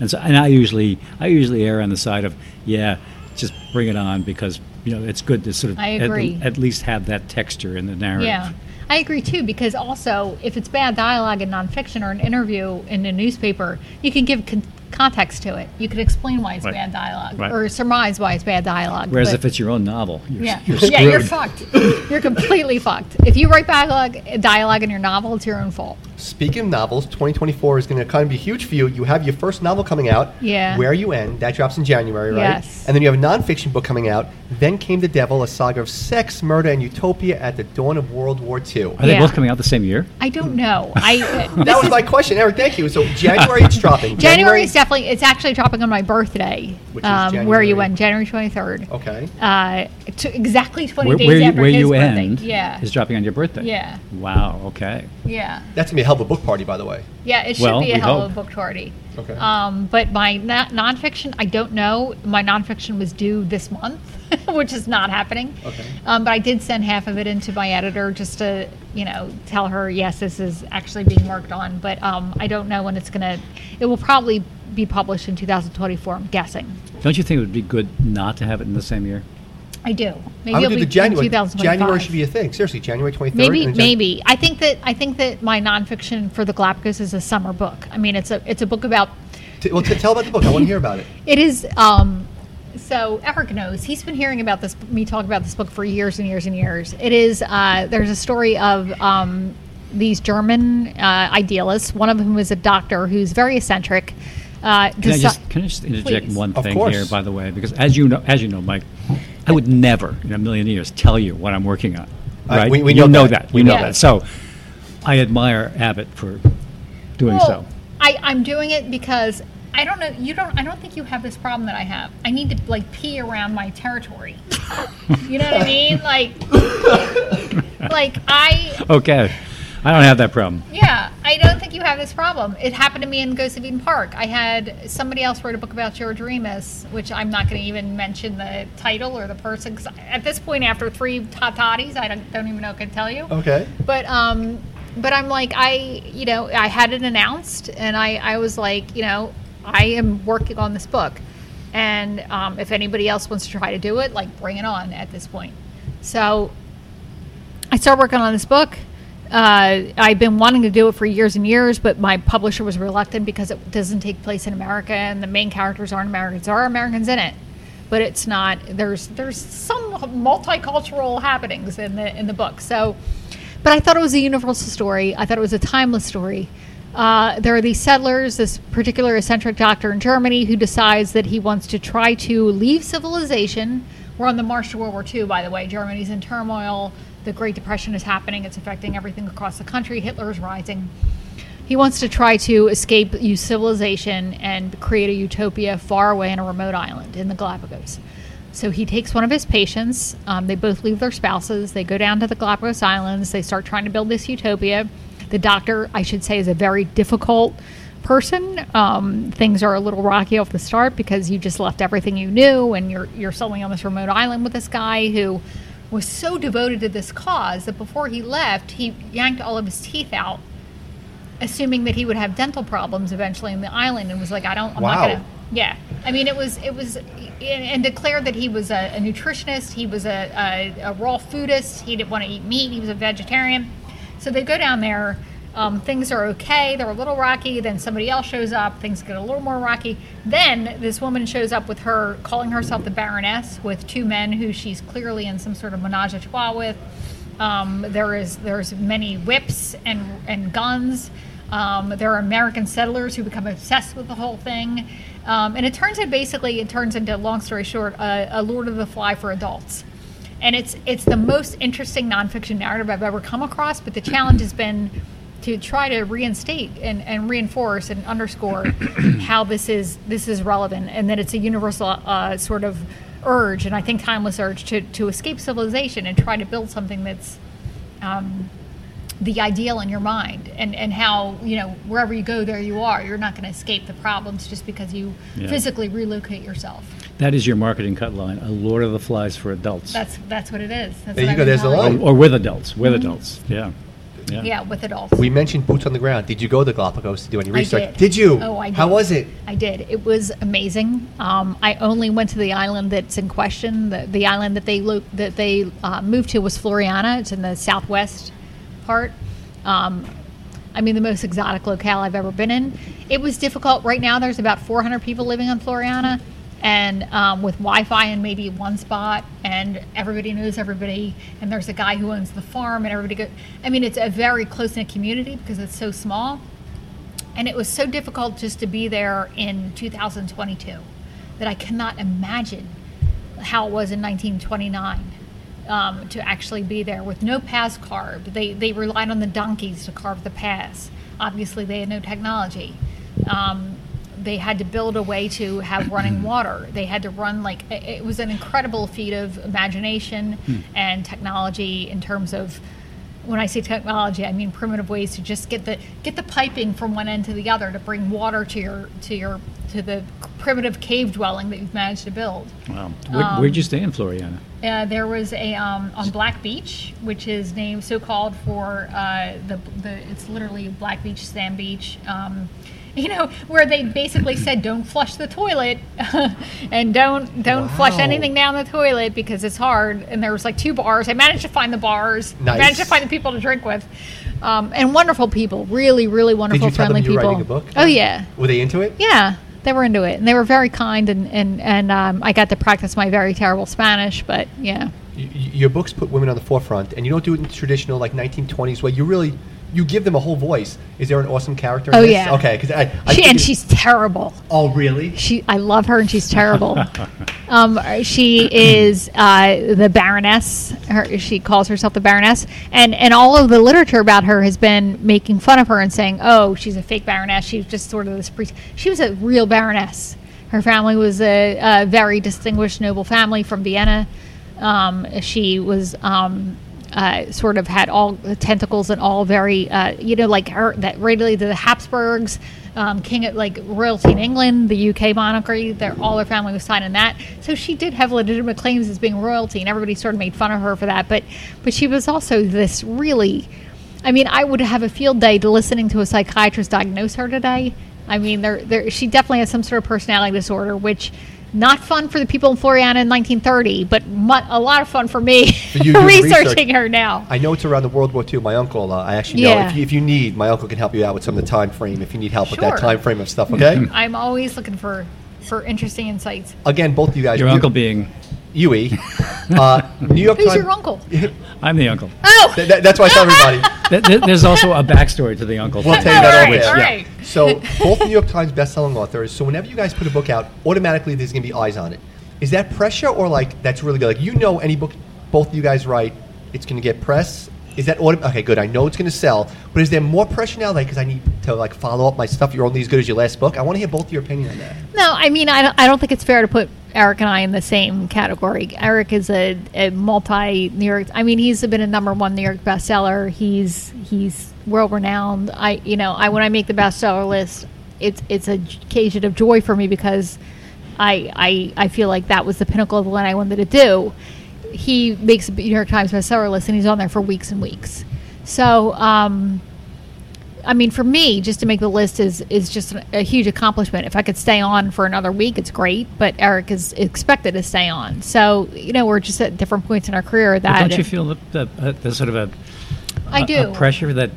Speaker 1: And so, and I usually, I usually err on the side of, yeah, just bring it on because you know it's good to sort of
Speaker 2: I
Speaker 1: at-
Speaker 2: agree.
Speaker 1: At, least have that texture in the narrative.
Speaker 2: Yeah, I agree too. Because also, if it's bad dialogue in nonfiction or an interview in a newspaper, you can give con- context to it. You can explain why it's
Speaker 1: Right.
Speaker 2: bad dialogue
Speaker 1: Right.
Speaker 2: or surmise why it's bad dialogue.
Speaker 1: Whereas
Speaker 2: but-
Speaker 1: if it's your own novel, you're,
Speaker 2: yeah,
Speaker 1: you're
Speaker 2: yeah, you're
Speaker 1: screwed.
Speaker 2: fucked. You're completely fucked. If you write dialogue, dialogue in your novel, it's your own fault.
Speaker 3: Speaking of novels, 2024 is going to kind of be huge for you. You have your first novel coming out,
Speaker 2: Yeah.
Speaker 3: Where You End, that drops in January, right?
Speaker 2: Yes.
Speaker 3: And then you have a nonfiction book coming out, Then Came the Devil, a saga of sex, murder, and utopia at the dawn of World War II.
Speaker 1: Are they
Speaker 2: Yeah.
Speaker 1: both coming out the same year?
Speaker 2: I don't know.
Speaker 1: [laughs]
Speaker 2: I
Speaker 3: That was my question, Eric. Thank you. So January it's
Speaker 2: [laughs]
Speaker 3: dropping.
Speaker 2: January is definitely. It's actually dropping on my birthday.
Speaker 3: Which is
Speaker 2: um, where you
Speaker 3: January-
Speaker 2: went? January twenty third.
Speaker 3: Okay.
Speaker 2: Uh, to exactly twenty
Speaker 1: Where,
Speaker 2: days
Speaker 1: where, you-
Speaker 2: after
Speaker 1: where
Speaker 2: his
Speaker 1: you
Speaker 2: birthday.
Speaker 1: end
Speaker 2: Yeah.
Speaker 1: is dropping on your birthday.
Speaker 2: Yeah.
Speaker 1: Wow. Okay.
Speaker 2: Yeah.
Speaker 3: That's gonna be a hell of a book party, by the way.
Speaker 2: Yeah, it should
Speaker 1: Well,
Speaker 2: be a
Speaker 1: we
Speaker 2: hell
Speaker 1: hope.
Speaker 2: of a book party.
Speaker 3: Okay.
Speaker 2: Um, but my na- nonfiction, I don't know. My nonfiction was due this month, [laughs] which is not happening.
Speaker 3: Okay.
Speaker 2: Um, but I did send half of it into my editor just to, you know, tell her yes, this is actually being worked on. But um, I don't know when it's gonna. It will probably be published in 2024. I'm guessing.
Speaker 1: Don't you think it would be good not to have it in the same year?
Speaker 2: I do. Maybe
Speaker 3: I would
Speaker 2: it'll
Speaker 3: do
Speaker 2: be
Speaker 3: the
Speaker 2: in
Speaker 3: January.
Speaker 2: 2025.
Speaker 3: January should be a thing. Seriously, January 23rd.
Speaker 2: Maybe,
Speaker 3: and then Jan-
Speaker 2: maybe. I think that I think that my nonfiction for the Galapagos is a summer book. I mean, it's a it's a book about
Speaker 3: T- well, t- tell about the book. I want to hear about it.
Speaker 2: It is. Um, so Eric knows he's been hearing about this. Me talk about this book for years and years and years. It is. Uh, there's a story of um, these German uh, idealists. One of whom is a doctor who's very eccentric. Uh,
Speaker 1: Can I
Speaker 2: deci-
Speaker 1: just can I just interject
Speaker 2: Please.
Speaker 1: one
Speaker 3: Of
Speaker 1: thing
Speaker 3: course.
Speaker 1: here, by the way, because as you know, as you know, Mike, I would never in a million years tell you what I'm working on.
Speaker 3: Uh,
Speaker 1: Right?
Speaker 3: we- we
Speaker 1: You
Speaker 3: know
Speaker 1: know
Speaker 3: that.
Speaker 1: that. We
Speaker 2: We
Speaker 1: know
Speaker 2: know
Speaker 1: that.
Speaker 2: that.
Speaker 1: So, I admire Abbott for doing
Speaker 2: Well,
Speaker 1: so.
Speaker 2: I, I'm doing it because I don't know. You don't. I don't think you have this problem that I have. I need to like pee around my territory. you know what I mean? Like, like I
Speaker 1: Okay, I don't have that problem.
Speaker 2: Yeah, I don't think you have this problem. It happened to me in Ghost of Eden Park. I had somebody else wrote a book about George Remus, which I'm not going to even mention the title or the person. 'cause at this point, after three tot totties, I don't, don't even know what to tell you. [laughs]
Speaker 3: Okay.
Speaker 2: But um, but I'm like I, you know, I had it announced, and I I was like, you know, I am working on this book, and um, if anybody else wants to try to do it, like bring it on at this point. So I started working on this book. Uh, I've been wanting to do it for years and years, but my publisher was reluctant because it doesn't take place in America, and the main characters aren't Americans. There are Americans in it, but it's not. There's there's some multicultural happenings in the in the book. So, but I thought it was a universal story. I thought it was a timeless story. Uh, there are these settlers, this particular eccentric doctor in Germany who decides that he wants to try to leave civilization We're on the march to World War II, by the way. Germany's in turmoil. The Great Depression is happening. It's affecting everything across the country. Hitler's rising. He wants to try to escape u- civilization and create a utopia far away in a remote island in the Galapagos. So he takes one of his patients. Um, they both leave their spouses. They go down to the Galapagos Islands. They start trying to build this utopia. The doctor, I should say, is a very difficult person. Um, things are a little rocky off the start because you just left everything you knew and you're you're sailing on this remote island with this guy who was so devoted to this cause that before he left, he yanked all of his teeth out, assuming that he would have dental problems eventually in the island, and was like, "I don't, I'm
Speaker 3: Wow.
Speaker 2: not gonna." Yeah, I mean, it was it was, and, and declared that he was a, a nutritionist, he was a, a, a raw foodist, he didn't want to eat meat, he was a vegetarian. So they go down there. Um, things are okay. They're a little rocky. Then somebody else shows up. Things get a little more rocky. Then this woman shows up with her, calling herself the Baroness, with two men who she's clearly in some sort of menage a trois with. Um, there is there's many whips and and guns. Um, there are American settlers who become obsessed with the whole thing, um, and it turns into basically it turns into long story short a, a Lord of the Fly for adults and it's it's the most interesting nonfiction narrative I've ever come across. But the challenge has been to try to reinstate and, and reinforce and underscore how this is this is relevant, and that it's a universal uh, sort of urge, and I think timeless urge to to escape civilization and try to build something that's um, the ideal in your mind and, and how you know wherever you go there you are you're not going to escape the problems just because you
Speaker 1: Yeah.
Speaker 2: physically relocate yourself
Speaker 1: That is your marketing cut line: a Lord of the Flies for adults,
Speaker 2: that's Mm-hmm. that's what it is that's
Speaker 3: There
Speaker 2: what
Speaker 3: you
Speaker 2: I've
Speaker 3: go,
Speaker 2: been
Speaker 3: there's the
Speaker 2: telling you.
Speaker 3: line.
Speaker 1: or, or with adults, with adults. Yeah, yeah.
Speaker 2: Yeah, with adults.
Speaker 3: We mentioned boots on the ground. Did you go to the Galapagos to do any
Speaker 2: I
Speaker 3: research?
Speaker 2: did.
Speaker 3: you?
Speaker 2: Oh, I did.
Speaker 3: How was it?
Speaker 2: I did. It was amazing. Um, I only went to the island that's in question. The, the island that they lo- that they uh, moved to was Floriana. It's in the southwest part. Um, I mean, the most exotic locale I've ever been in. It was difficult. Right now, there's about 400 people living on Floriana, and um, with Wi-Fi in maybe one spot, and everybody knows everybody. And there's a guy who owns the farm, and everybody. Go- I mean, it's a very close knit community because it's so small and it was so difficult just to be there in 2022 that I cannot imagine how it was in 1929 um, to actually be there with no paths carved. They they relied on the donkeys to carve the paths. Obviously, they had no technology. Um, they had to build a way to have running water. They had to run like it- it was an incredible feat of imagination and technology in terms of when I say technology, I mean primitive ways to just get the get the piping from one end to the other to bring water to your to your to the primitive cave dwelling that you've managed to build.
Speaker 1: Wow. Where,
Speaker 2: Um,
Speaker 1: where'd you stay in Floriana?
Speaker 2: Uh, there was a um, on Black Beach, which is named so called for uh, the the it's literally Black Beach, Sand Beach. Um, [laughs] you know where they basically said don't flush the toilet [laughs] and don't don't flush
Speaker 3: Wow.
Speaker 2: anything down the toilet because it's hard. And there was like two bars. I managed to find the bars.
Speaker 3: Nice.
Speaker 2: Managed to find the people to drink with, um, and wonderful people. Really, really wonderful,
Speaker 3: tell them
Speaker 2: friendly
Speaker 3: you were
Speaker 2: people.
Speaker 3: writing a book?
Speaker 2: Oh yeah.
Speaker 3: Were they into it?
Speaker 2: Yeah, they were into it, and they were very kind, and and and um, I got to practice my very terrible Spanish, but yeah,
Speaker 3: Y- y- your books put women on the forefront, and you don't do it in the traditional like 1920s way. You really you give them a whole voice. Is there an awesome character? In
Speaker 2: Oh,
Speaker 3: this?
Speaker 2: yeah.
Speaker 3: Okay, because I,
Speaker 2: [laughs]
Speaker 3: I
Speaker 2: she
Speaker 3: think
Speaker 2: and
Speaker 3: it-
Speaker 2: she's terrible.
Speaker 3: oh really
Speaker 2: She, I love her, and she's
Speaker 3: [laughs]
Speaker 2: terrible. um, she is uh, the Baroness. Her, she calls herself the Baroness, and and all of the literature about her has been making fun of her and saying, "Oh, she's a fake Baroness. She's just sort of this priest." She was a real Baroness. Her family was a, a very distinguished noble family from Vienna. Um, she was um, uh, sort of had all the tentacles and all very, uh, you know, like her, that related to the Habsburgs, um, king of like royalty in England, the UK monarchy. Their all her family was tied in that, so she did have legitimate claims as being royalty, and everybody sort of made fun of her for that. But but she was also this really. I mean, I would have a field day to listening to a psychiatrist diagnose her today. I mean, there, there, she definitely has some sort of personality disorder, which not fun for the people in Floriana in 1930, but mu- a lot of fun for me [laughs]
Speaker 3: you doing research.
Speaker 2: researching her now.
Speaker 3: I know it's around the World War II. My uncle, uh, I actually know.
Speaker 2: Yeah.
Speaker 3: If you, if you need, my uncle can help you out with some of the time frame. If you need help with
Speaker 2: Sure.
Speaker 3: that time frame of
Speaker 1: [laughs]
Speaker 3: stuff, okay.
Speaker 2: I'm always looking for for interesting insights.
Speaker 3: Again, both of you guys.
Speaker 1: Your
Speaker 3: you-
Speaker 1: uncle being,
Speaker 3: Yui,
Speaker 1: [laughs]
Speaker 3: uh, New York
Speaker 2: Who's
Speaker 3: Times.
Speaker 2: your
Speaker 3: [laughs]
Speaker 2: uncle?
Speaker 1: I'm the uncle.
Speaker 2: Oh,
Speaker 3: Th- th- that's why I
Speaker 2: [laughs]
Speaker 3: tell everybody.
Speaker 1: Th- th- There's also a backstory to the uncle.
Speaker 3: We'll
Speaker 1: thing.
Speaker 3: take that
Speaker 2: All
Speaker 3: over.
Speaker 2: right, all
Speaker 3: Yeah.
Speaker 2: right.
Speaker 3: So both New York Times best-selling authors. So whenever you guys put a book out, automatically there's going to be eyes on it. Is that pressure or like that's really good? Like you know, any book both of you guys write, it's going to get press. Is that auto- okay? Good. I know it's going to sell, but is there more pressure now? Like because I need to like follow up my stuff. You're only as good as your last book. I want to hear both your opinion on that.
Speaker 2: No, I mean, I don't, I don't think it's fair to put Eric and I in the same category. Eric is a, a multi New York. I mean, he's been a number one New York bestseller. He's he's world renowned. I you know, I when I make the bestseller list, it's it's a j- occasion of joy for me because I I I feel like that was the pinnacle of what I wanted to do. He makes the New York Times bestseller list, and he's on there for weeks and weeks. So. um I mean, for me, just to make the list is is just an- a huge accomplishment. If I could stay on for another week, it's great. But Eric is expected to stay on, so you know we're just at different points in our career that
Speaker 1: But don't you feel that, that uh, there's sort of a
Speaker 2: I
Speaker 1: a- a
Speaker 2: do.
Speaker 1: pressure that,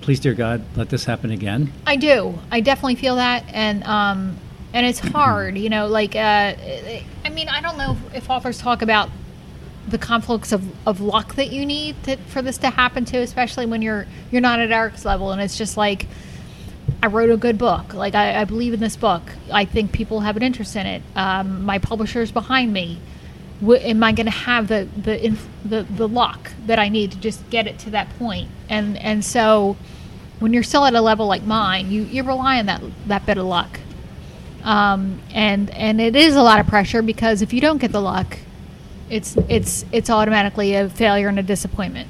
Speaker 1: please, dear God, let this happen again?
Speaker 2: I do. I definitely feel that, and um, and it's
Speaker 1: Mm-hmm.
Speaker 2: hard, you know. Like, uh, I mean, I don't know if authors talk about the conflicts of, of luck that you need to, for this to happen to, especially when you're you're not at Eric's level, and it's just like I wrote a good book. Like, I, I believe in this book. I think people have an interest in it. Um, my publisher's behind me. W- am I going to have the the, inf- the the luck that I need to just get it to that point? And and so when you're still at a level like mine, you, you rely on that that bit of luck. Um, and and it is a lot of pressure because if you don't get the luck, it's it's it's automatically a failure and a disappointment.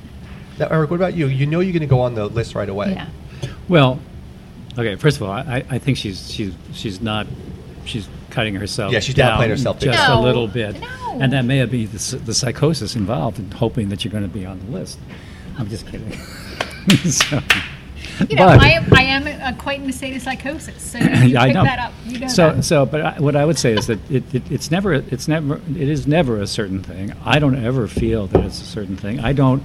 Speaker 3: Now, Eric, what about you? You know you're going to go on the list right away.
Speaker 2: Yeah.
Speaker 1: Well, okay. First of all, I, I- I think she's she's she's not she's cutting herself.
Speaker 3: Yeah, she's
Speaker 1: down
Speaker 3: downplaying herself big
Speaker 1: just
Speaker 2: time.
Speaker 1: a
Speaker 2: No,
Speaker 1: little bit,
Speaker 2: no.
Speaker 1: and that may be the, s- the psychosis involved in hoping that you're going to be on the list. I'm just kidding. [laughs] so,
Speaker 2: You know,
Speaker 1: but-
Speaker 2: I am I am a, quite in a state of psychosis.
Speaker 1: [clears throat]
Speaker 2: So you
Speaker 1: [coughs] yeah, I
Speaker 2: pick
Speaker 1: know.
Speaker 2: that up. You know
Speaker 1: so,
Speaker 2: that.
Speaker 1: so, but I, what I would say is that it, it, it's never, it's never, it is never a certain thing. I don't ever feel that it's a certain thing. I don't,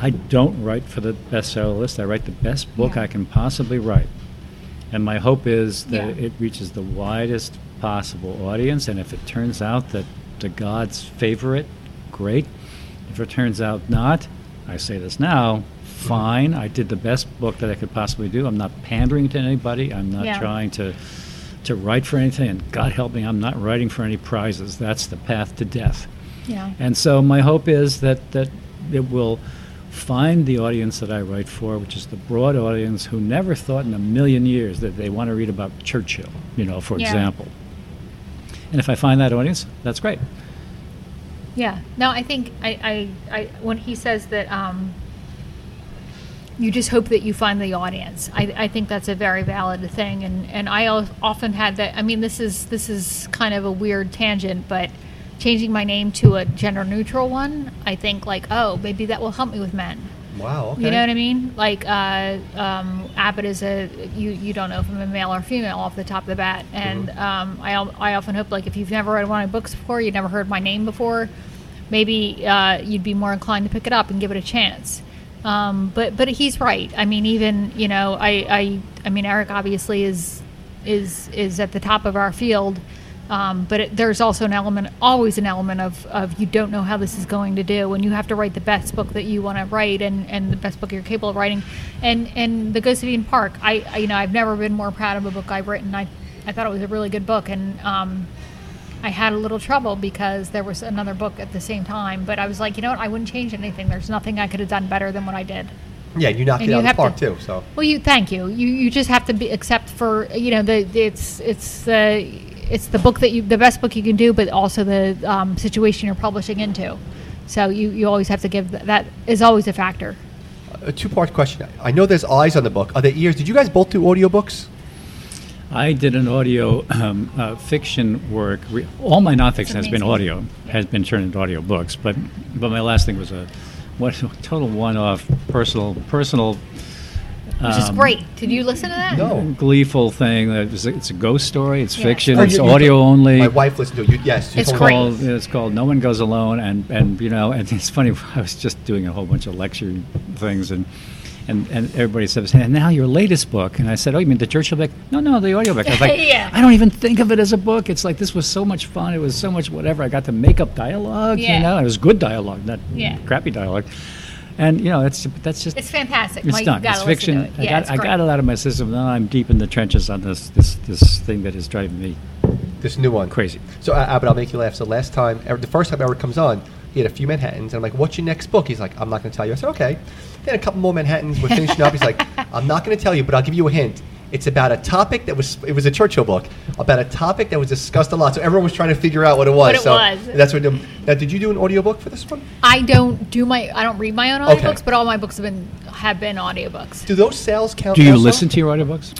Speaker 1: I don't write for the bestseller list. I write the best book
Speaker 2: Yeah.
Speaker 1: I can possibly write, and my hope is that
Speaker 2: Yeah.
Speaker 1: it reaches the widest possible audience. And if it turns out that the gods favor it, great. If it turns out not, I say this now. Fine, I did the best book that I could possibly do. I'm not pandering to anybody. I'm not
Speaker 2: Yeah.
Speaker 1: trying to to write for anything. And God help me, I'm not writing for any prizes. That's the path to death.
Speaker 2: yeah.
Speaker 1: And so my hope is that, that it will find the audience that I write for, which is the broad audience who never thought in a million years that they want to read about Churchill, you know, for
Speaker 2: Yeah.
Speaker 1: example. And if I find that audience, that's great.
Speaker 2: Yeah. No, I think I, I, I when he says that um, you just hope that you find the audience. I, I think that's a very valid thing, and and I al- often had that. I mean, this is this is kind of a weird tangent, but changing my name to a gender neutral one, I think like oh maybe that will help me with men.
Speaker 3: Wow. Okay.
Speaker 2: You know what I mean? Like uh, um, Abbott is a you you don't know if I'm a male or female off the top of the bat, and um, I al- I often hope like if you've never read one of my books before, you've never heard my name before, maybe uh, you'd be more inclined to pick it up and give it a chance. Um, but but he's right. I mean, even you know, I I I mean Eric obviously is is is at the top of our field. Um, but it, there's also an element, always an element of, of you don't know how this is going to do, and you have to write the best book that you want to write, and, and the best book you're capable of writing, and and the Ghost of Eden Park. I, I you know I've never been more proud of a book I've written. I I thought it was a really good book, and um, I had a little trouble because there was another book at the same time. But I was like, you know what, I wouldn't change anything. There's nothing I could have done better than what I did.
Speaker 3: Yeah, you knocked
Speaker 2: And
Speaker 3: it
Speaker 2: you
Speaker 3: out of the
Speaker 2: have
Speaker 3: park
Speaker 2: to-
Speaker 3: too. So
Speaker 2: Well, you thank you. You you just have to be accept for you know the the- it's it's the it's the book that you the best book you can do, but also the um, situation you're publishing into. So you you always have to give th- that is always a factor.
Speaker 3: a two-part question. I know there's eyes on the book. Are there ears? Did you guys both do audiobooks?
Speaker 1: I did an audio um, uh, fiction work. Re- all my nonfiction has been
Speaker 2: amazing.
Speaker 1: audio, has been turned into audio books. But but my last thing was a what, total one-off personal personal
Speaker 2: Which
Speaker 1: Um,
Speaker 2: is great. Did you listen to that?
Speaker 3: No.
Speaker 1: gleeful thing. That it's, a, it's a ghost story. It's
Speaker 2: Yeah.
Speaker 1: fiction.
Speaker 3: Oh,
Speaker 1: it's
Speaker 3: you- you-
Speaker 1: audio only.
Speaker 3: My wife listened to it. You, yes, you
Speaker 2: It's
Speaker 3: told me.
Speaker 2: great.
Speaker 1: called it's called No One Goes Alone and and you know and it's funny [laughs] I was just doing a whole bunch of lecture things and and, and everybody says and now your latest book and I said oh you mean the Churchill book no no the audiobook I was like
Speaker 2: [laughs] Yeah.
Speaker 1: I don't even think of it as a book it's like this was so much fun it was so much whatever I got to make up dialogue
Speaker 2: Yeah.
Speaker 1: you know it was good dialogue not
Speaker 2: Yeah.
Speaker 1: crappy dialogue and you know that's that's just
Speaker 2: It's fantastic.
Speaker 1: it's
Speaker 2: Mike,
Speaker 1: done.
Speaker 2: You gotta
Speaker 1: It's fiction.
Speaker 2: Listen to it.
Speaker 1: I,
Speaker 2: Yeah,
Speaker 1: got,
Speaker 2: it's
Speaker 1: I
Speaker 2: great.
Speaker 1: got it out of my system. Now I'm deep in the trenches on this this this thing that is driving me
Speaker 3: This new one.
Speaker 1: Crazy.
Speaker 3: So, uh, Abbott, I'll make you laugh. So, last time, Eric- the first time Eric comes on, he had a few Manhattans, and I'm like, "What's your next book?" He's like, "I'm not going to tell you." I said, "Okay." Then a couple more Manhattans. We're finishing up. He's
Speaker 2: [laughs]
Speaker 3: like, "I'm not going to tell you, but I'll give you a hint. It's about a topic that was it was a Churchill book about a topic that was discussed a lot. So everyone was trying to figure out what it was.
Speaker 2: What it
Speaker 3: so
Speaker 2: was.
Speaker 3: That's what. um, Now, did you do an audiobook for this one?
Speaker 2: I don't do my I don't read my own
Speaker 3: Okay.
Speaker 2: audiobooks, but all my books have been have been audiobooks.
Speaker 3: Do those sales count?
Speaker 1: Do you
Speaker 3: also?
Speaker 1: listen to your audiobooks?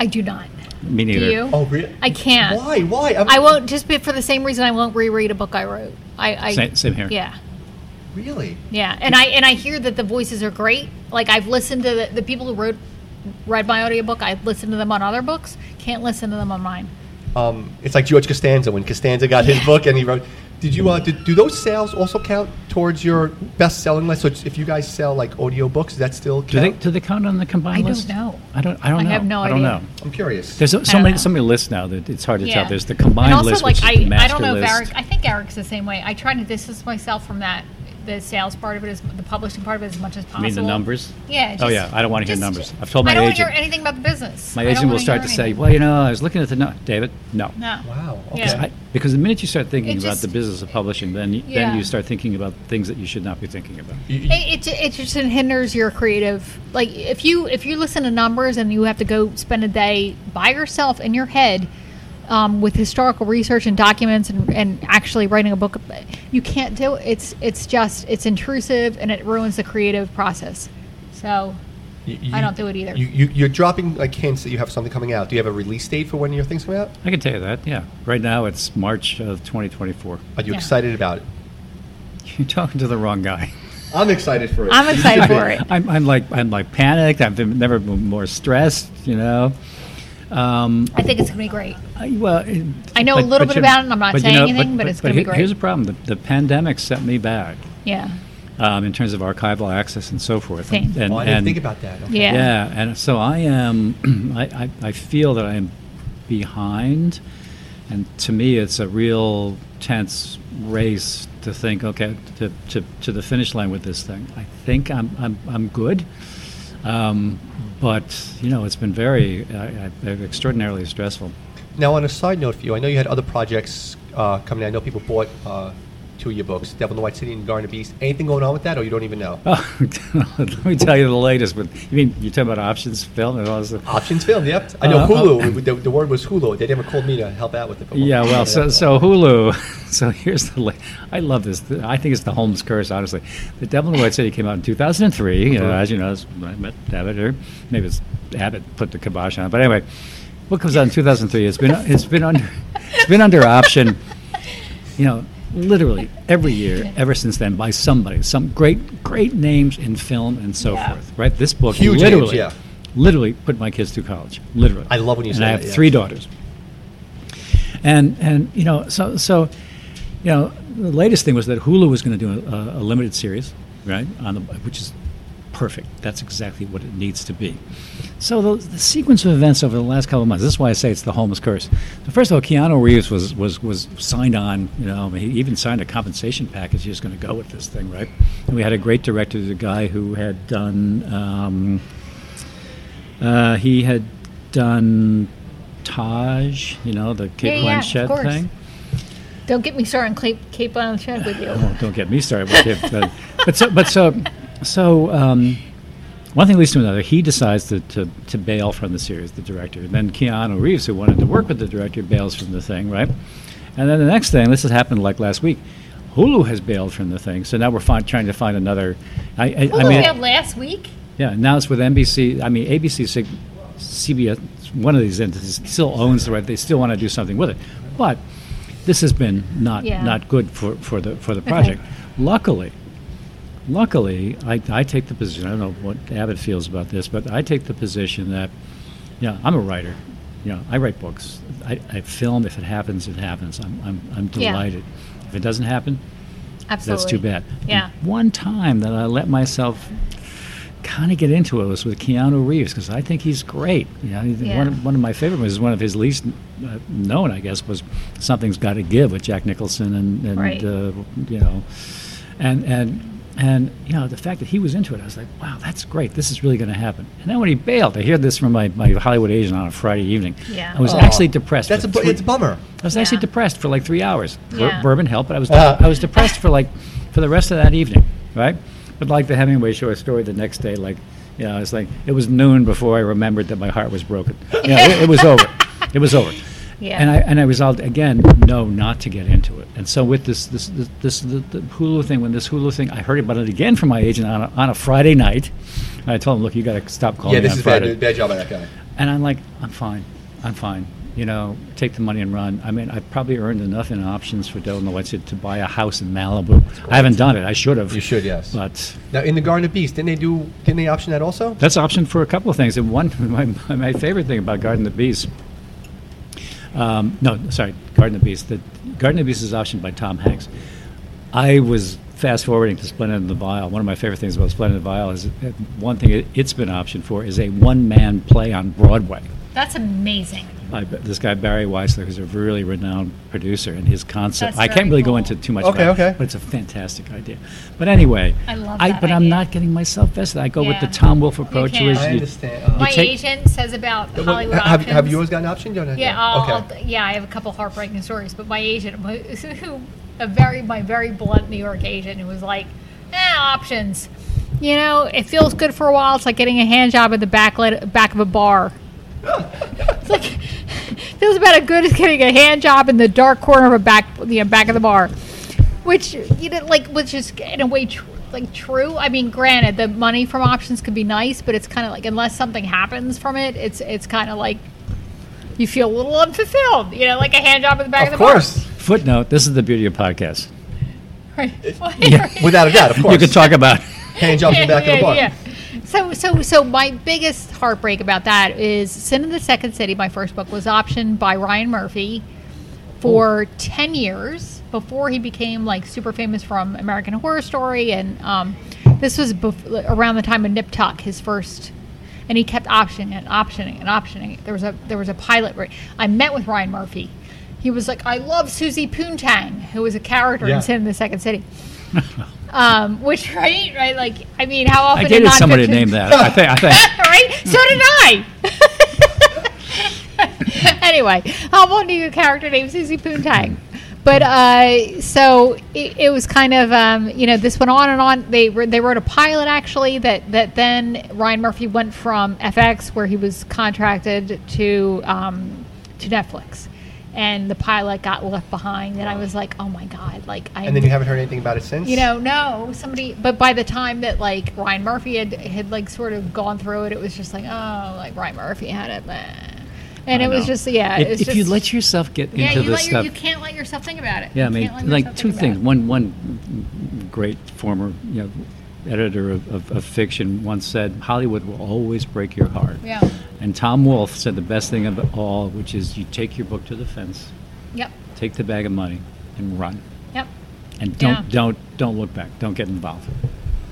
Speaker 2: I do not.
Speaker 1: Me
Speaker 2: Do
Speaker 1: neither.
Speaker 2: you?
Speaker 3: Oh, really?
Speaker 2: I can't.
Speaker 3: Why? Why? I'm-
Speaker 2: I won't just be, for the same reason I won't reread a book I wrote. I, I
Speaker 1: Same- same here.
Speaker 2: Yeah.
Speaker 3: Really?
Speaker 2: Yeah, and I and I hear that the voices are great. Like I've listened to the, the people who wrote read my audiobook. I've listened to them on other books. Can't listen to them on mine.
Speaker 3: Um, it's like George Costanza when Costanza got his book and he wrote. Did you uh, did, do those sales also count towards your best selling list? So it's- if you guys sell like audiobooks, does that still count?
Speaker 1: Do they do they count on the
Speaker 2: I
Speaker 1: combined
Speaker 2: don't
Speaker 1: list?
Speaker 2: know.
Speaker 1: I don't. I don't
Speaker 2: I
Speaker 1: know.
Speaker 2: have no
Speaker 1: I don't
Speaker 2: idea.
Speaker 1: know.
Speaker 3: I'm curious.
Speaker 1: There's so, so
Speaker 2: don't
Speaker 1: many
Speaker 2: know.
Speaker 1: so many lists now that it's hard to
Speaker 2: Yeah.
Speaker 1: tell. There's the combined
Speaker 2: and also,
Speaker 1: list,
Speaker 2: Like
Speaker 1: which
Speaker 2: I,
Speaker 1: is the
Speaker 2: I
Speaker 1: master
Speaker 2: don't know if
Speaker 1: list.
Speaker 2: Eric. I think Eric's the same way. I try to distance myself from that the sales part of it as the publishing part of it as much as
Speaker 1: You
Speaker 2: possible.
Speaker 1: mean the numbers?
Speaker 2: Yeah.
Speaker 1: oh
Speaker 2: just-
Speaker 1: yeah, I don't want to hear
Speaker 2: just-
Speaker 1: numbers. I've told my
Speaker 2: I don't wanna
Speaker 1: agent.
Speaker 2: hear anything about the business.
Speaker 1: my
Speaker 2: I don't
Speaker 1: agent will
Speaker 2: wanna
Speaker 1: start
Speaker 2: hear
Speaker 1: to say,
Speaker 2: anything.
Speaker 1: "Well, you know, I was looking at the no, David. No,
Speaker 2: No.
Speaker 3: wow. Okay.
Speaker 2: Yeah.
Speaker 1: I- because the minute you start thinking
Speaker 2: It
Speaker 1: about the
Speaker 2: just-
Speaker 1: business of publishing, then y-
Speaker 2: Yeah.
Speaker 1: then you start thinking about things that you should not be thinking about.
Speaker 3: You- you-
Speaker 2: It, it, it just hinders your creative. Like if you if you listen to numbers and you have to go spend a day by yourself in your head um, with historical research and documents and, and actually writing a book, you can't do it. It's it's just it's intrusive and it ruins the creative process. So
Speaker 3: you-
Speaker 2: I don't do it either.
Speaker 3: You, you, you're dropping like hints that you have something coming out. Do you have a release date for when your things come out?
Speaker 1: I can tell you that. Yeah, right now it's March of 2024.
Speaker 3: Are you
Speaker 2: Yeah.
Speaker 3: excited about it?
Speaker 1: [laughs] You're talking to the wrong guy.
Speaker 3: I'm excited for it.
Speaker 2: I'm excited for it.
Speaker 1: I'm, I'm like I'm like panicked. I've been, never been more stressed. You know. Um,
Speaker 2: I think it's gonna be great.
Speaker 1: I- Well, it-
Speaker 2: I know a little bit
Speaker 1: you-
Speaker 2: about it, and I'm not
Speaker 1: but
Speaker 2: saying anything, but it's gonna be
Speaker 1: he-
Speaker 2: great.
Speaker 1: Here's the problem: the, the pandemic set me back
Speaker 2: Yeah,
Speaker 1: um, in terms of archival access and so forth.
Speaker 2: Same.
Speaker 1: And, and,
Speaker 3: Oh, I didn't
Speaker 1: and-
Speaker 3: think about that. Okay.
Speaker 2: yeah,
Speaker 1: yeah, and so I am. [clears throat] I, I, I feel that I am behind, and to me, it's a real tense race to think. Okay, to, to, to the finish line with this thing. I think I'm I'm, I'm good, um, but you know, it's been very uh, uh, extraordinarily stressful. [laughs]
Speaker 3: Now, on a side note for you, I know you had other projects uh, coming. I know people bought uh, two of your books, Devil in the White City and Garden of Beast. Anything going on with that, or you don't even know?
Speaker 1: Oh, let me tell you the latest. But you mean you're talking about options film and all this? stuff?
Speaker 3: Options Film, yep. I know
Speaker 1: Uh,
Speaker 3: Hulu. the, the word was Hulu. They never called me to help out with it. but we'll
Speaker 1: Yeah,
Speaker 3: figure
Speaker 1: well,
Speaker 3: it
Speaker 1: so
Speaker 3: out.
Speaker 1: so Hulu. [laughs] So here's the. la- I love this. I think it's the Holmes curse, honestly. The Devil in the White City came out in 2003. You know, as you know, it's- I met Abbott, or maybe it's Abbott put the kibosh on it. But anyway, what comes out in 2003? It's been it's been under [laughs] it's been under option. You know, literally every year ever since then by somebody, some great great names in film and so
Speaker 2: Yeah.
Speaker 1: forth. Right, this book
Speaker 3: Huge names,
Speaker 1: literally,
Speaker 3: yeah.
Speaker 1: literally put my kids through college. Literally,
Speaker 3: I love when you
Speaker 1: and
Speaker 3: say
Speaker 1: I
Speaker 3: that,
Speaker 1: have
Speaker 3: yeah.
Speaker 1: three daughters and and you know so so you know the latest thing was that Hulu was going to do a, a limited series right on the which is perfect that's exactly what it needs to be so the, the sequence of events over the last couple of months this is why I say it's the Holmes curse so first of all Keanu Reeves was was was signed on you know I mean, he even signed a compensation package he was going to go with this thing right and we had a great director the guy who had done um, uh, he had done Taj, you know, the Kate
Speaker 2: Yeah, yeah, of
Speaker 1: Blanchett
Speaker 2: course.
Speaker 1: thing.
Speaker 2: [laughs] don't get me started on Cape Cape Blanchett with you.
Speaker 1: Oh, don't get me started with Kate. But, but so, but so, so um, one thing leads to another. He decides to, to, to bail from the series, the director. Then Keanu Reeves, who wanted to work with the director, bails from the thing, right? And then the next thing, this has happened like last week. Hulu has bailed from the thing, so now we're fin- trying to find another. I, I,
Speaker 2: Who
Speaker 1: I mean,
Speaker 2: failed last week?
Speaker 1: Yeah, now it's with NBC. I mean, ABC, Sig- CBS, one of these entities still owns the right. They still want to do something with it, but this has been not
Speaker 2: Yeah.
Speaker 1: not good for, for the for the project. Luckily, luckily, I, I take the position. I don't know what Abbott feels about this, but I take the position that, you know, I'm a writer. You know, I write books. I, I film. If it happens, it happens. I'm I'm, I'm
Speaker 2: Yeah.
Speaker 1: delighted. If it doesn't happen,
Speaker 2: Absolutely.
Speaker 1: that's too bad.
Speaker 2: Yeah.
Speaker 1: One time that I let myself kind of get into it was with Keanu Reeves because I think he's great. You know, he's-
Speaker 2: Yeah.
Speaker 1: one, of, one of my favorite movies, one of his least uh, known, I guess, was Something's Got to Give with Jack Nicholson and, and
Speaker 2: Right.
Speaker 1: uh, you know, uh, and and And you know the fact that he was into it, I was like, "Wow, that's great! This is really going to happen." And then when he bailed, I hear this from my, my Hollywood agent on a Friday evening.
Speaker 2: Yeah.
Speaker 1: I was
Speaker 3: Aw.
Speaker 1: actually depressed.
Speaker 3: Oh. That's
Speaker 1: for
Speaker 3: a, bu-
Speaker 1: three-
Speaker 3: it's a bummer.
Speaker 1: I was actually
Speaker 2: Yeah.
Speaker 1: depressed for like three hours. Bur-
Speaker 2: Yeah.
Speaker 1: Bourbon helped, but I was
Speaker 3: Ah.
Speaker 1: I was depressed for like for the rest of that evening, right? But like the Hemingway show, a story the next day, like you know, it's like it was noon before I remembered that my heart was broken. You know, it, it was
Speaker 2: [laughs]
Speaker 1: over. It was over.
Speaker 2: Yeah.
Speaker 1: And I and I resolved again, no, not to get into it. And so with this this this, this the, the Hulu thing, when this Hulu thing, I heard about it again from my agent on a, on a Friday night. And I told him, look, you got to stop calling
Speaker 3: yeah,
Speaker 1: me
Speaker 3: this
Speaker 1: on
Speaker 3: is
Speaker 1: Oh, Friday.
Speaker 3: bad, bad job by that guy.
Speaker 1: And I'm like, I'm fine. I'm fine. You know, take the money and run. I mean, I probably earned enough in options for Del Noetzi to buy a house in Malibu. I haven't done it. I should have.
Speaker 3: You should, yes.
Speaker 1: But
Speaker 3: Now, in the Garden of Beasts, didn't they do? Didn't they option that also?
Speaker 1: that's option for a couple of things. And one, [laughs] my, my favorite thing about Garden of the Beast. Um, no, sorry, Garden of the Beast. The Garden of the Beast is optioned by Tom Hanks. I was fast forwarding to Splendid and the Vile. One of my favorite things about Splendid and the Vile is that one thing it, it's been optioned for is a one-man play on Broadway.
Speaker 2: That's amazing.
Speaker 1: I, this guy Barry Weissler, who's a really renowned producer, and his concept.
Speaker 2: That's
Speaker 1: I can't
Speaker 2: very
Speaker 1: really go
Speaker 2: cool.
Speaker 1: into too much,
Speaker 3: Okay,
Speaker 1: about it,
Speaker 3: okay.
Speaker 1: but it's a fantastic idea. But anyway,
Speaker 2: I love that
Speaker 1: But I'm
Speaker 2: idea.
Speaker 1: not getting myself vested. I go with the
Speaker 2: Yeah.
Speaker 1: Tom Wolfe approach,
Speaker 2: can't.
Speaker 1: who is
Speaker 3: I
Speaker 1: you-
Speaker 3: understand. Uh,
Speaker 2: My
Speaker 1: take-
Speaker 2: agent says about
Speaker 3: Well,
Speaker 2: Hollywood
Speaker 3: have,
Speaker 2: options.
Speaker 3: have you always gotten optioned? You don't have-
Speaker 2: Yeah, I'll,
Speaker 3: Okay.
Speaker 2: I'll, yeah, I have a couple heartbreaking stories, but my [laughs] agent, who a very my very blunt New York agent, who was like, eh, options. You know, it feels good for a while. It's like getting a hand job at the back lit- back of a bar. [laughs] it's like feels about as good as getting a hand job in the dark corner of a back the back of the bar, which you know, like which is in a way. Tr- like true. I mean, granted, the money from options could be nice, but it's kind of like unless something happens from it, it's it's kind of like you feel a little unfulfilled. You know, like a hand job in the back of,
Speaker 3: of
Speaker 2: the bar.
Speaker 3: course,
Speaker 1: footnote. This is the beauty of podcasts.
Speaker 2: [laughs] Right. [laughs]
Speaker 3: without a doubt, of course.
Speaker 1: You can talk about.
Speaker 3: hand jobs in the back of the bar.
Speaker 2: So, so, so my biggest heartbreak about that is Sin of the Second City, my first book, was optioned by Ryan Murphy for 10 years before he became like super famous from American Horror Story. And um, this was bef- around the time of Nip Tuck, his first. And he kept optioning it, optioning it, optioning it. There was a there was a pilot. Where I met with Ryan Murphy. He was like, "I love Susie Poontang, who was a character
Speaker 3: Yeah.
Speaker 2: in Sin of the Second City." Um, which [laughs] right, right, like I mean, how often?
Speaker 1: I
Speaker 2: in
Speaker 1: dated somebody
Speaker 2: nonfiction-
Speaker 1: named that. I think. I think.
Speaker 2: right? So did I. anyway, I [laughs] won't do a character named Susie Poontang.
Speaker 1: Hmm.
Speaker 2: But uh, so it, it was kind of um, you know this went on and on. They were, they wrote a pilot actually that that then Ryan Murphy went from FX where he was contracted to um, to Netflix, and the pilot got left behind. And I was like, oh my god, like I
Speaker 3: And then you haven't heard anything about it since.
Speaker 2: you know, no, somebody. But by the time that like Ryan Murphy had had like sort of gone through it, it was just like, oh, like Ryan Murphy had it, meh. [laughs] and
Speaker 1: I
Speaker 2: it was
Speaker 1: know.
Speaker 2: just yeah.
Speaker 1: If,
Speaker 2: it was
Speaker 1: if
Speaker 2: just,
Speaker 1: you let yourself get
Speaker 2: yeah,
Speaker 1: into
Speaker 2: you,
Speaker 1: this
Speaker 2: let your,
Speaker 1: stuff,
Speaker 2: you can't let yourself think about it.
Speaker 1: Yeah, I
Speaker 2: You
Speaker 1: mean,
Speaker 2: can't let
Speaker 1: like
Speaker 2: yourself
Speaker 1: two
Speaker 2: think
Speaker 1: things.
Speaker 2: about it.
Speaker 1: One, one great former you know, editor of, of, of fiction once said, "Hollywood will always break your heart."
Speaker 2: Yeah.
Speaker 1: And Tom Wolfe said the best thing of it all, which is you take your book to the fence,
Speaker 2: Yep,
Speaker 1: take the bag of money, and run,
Speaker 2: yep.
Speaker 1: and don't
Speaker 2: Yeah.
Speaker 1: don't don't look back, don't get involved.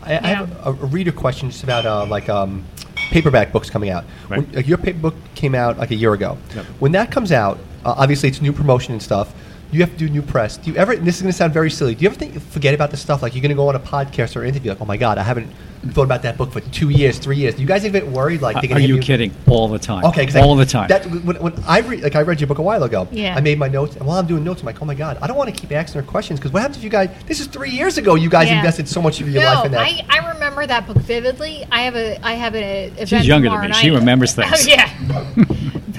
Speaker 3: I, I
Speaker 2: Yeah.
Speaker 3: have a, a reader question just about uh, like um, paperback books coming out.
Speaker 1: Right.
Speaker 3: When, like your paper book came out like a year ago.
Speaker 1: Yep.
Speaker 3: When that comes out, uh, obviously it's new promotion and stuff. You have to do new press. Do you ever? And this is going to sound very silly. Do you ever think forget about this stuff? Like you're going to go on a podcast or interview. Like, oh my god, I haven't thought about that book for two years, three years. Do you guys even get worried? Like, they're
Speaker 1: Are
Speaker 3: gonna hit
Speaker 1: you
Speaker 3: me-
Speaker 1: kidding? All the time.
Speaker 3: Okay, 'cause I-
Speaker 1: all the time.
Speaker 3: That, when, when I read, like I read your book a while ago.
Speaker 2: Yeah.
Speaker 3: I made my notes, and while I'm doing notes, I'm like, oh my god, I don't want to keep asking her questions because what happens if you guys? This is three years ago. You guys
Speaker 2: Yeah.
Speaker 3: invested so much of your
Speaker 2: no,
Speaker 3: life in that.
Speaker 2: I, I remember that book vividly. I have a I have a event
Speaker 1: She's younger than
Speaker 2: tomorrow
Speaker 1: me. She
Speaker 2: night.
Speaker 1: remembers things.
Speaker 2: [laughs] Oh,
Speaker 1: [laughs]
Speaker 2: yeah,
Speaker 1: I'm,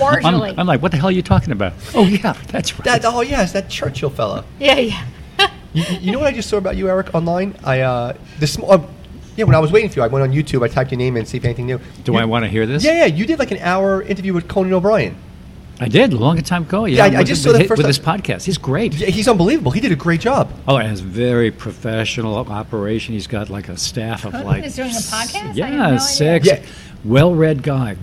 Speaker 2: marginally.
Speaker 1: I'm like, what the hell are you talking
Speaker 3: [laughs]
Speaker 1: about? Oh yeah, that's right.
Speaker 3: That oh yes, that Churchill fella.
Speaker 2: yeah, yeah.
Speaker 3: You, you know what I just saw about you, Eric, online? I uh, this mo- uh, yeah, when I was waiting for you, I went on YouTube. I typed your name in, see if anything new.
Speaker 1: Do
Speaker 3: You-
Speaker 1: I want to hear this?
Speaker 3: Yeah, yeah. You did like an hour interview with Conan O'Brien.
Speaker 1: I did a long time ago.
Speaker 3: Yeah,
Speaker 1: Yeah,
Speaker 3: I- I
Speaker 1: with-
Speaker 3: just saw
Speaker 1: with,
Speaker 3: that
Speaker 1: hi-
Speaker 3: first
Speaker 1: with
Speaker 3: time.
Speaker 1: this podcast. He's great.
Speaker 3: Yeah, he's unbelievable. He did a great job.
Speaker 1: Oh, and it's very professional operation. He's got like a staff of
Speaker 2: Conan
Speaker 1: like.
Speaker 2: Oh, is doing a podcast? I
Speaker 1: Yeah,
Speaker 2: had no idea.
Speaker 1: six.
Speaker 3: Yeah.
Speaker 1: Well-read guy,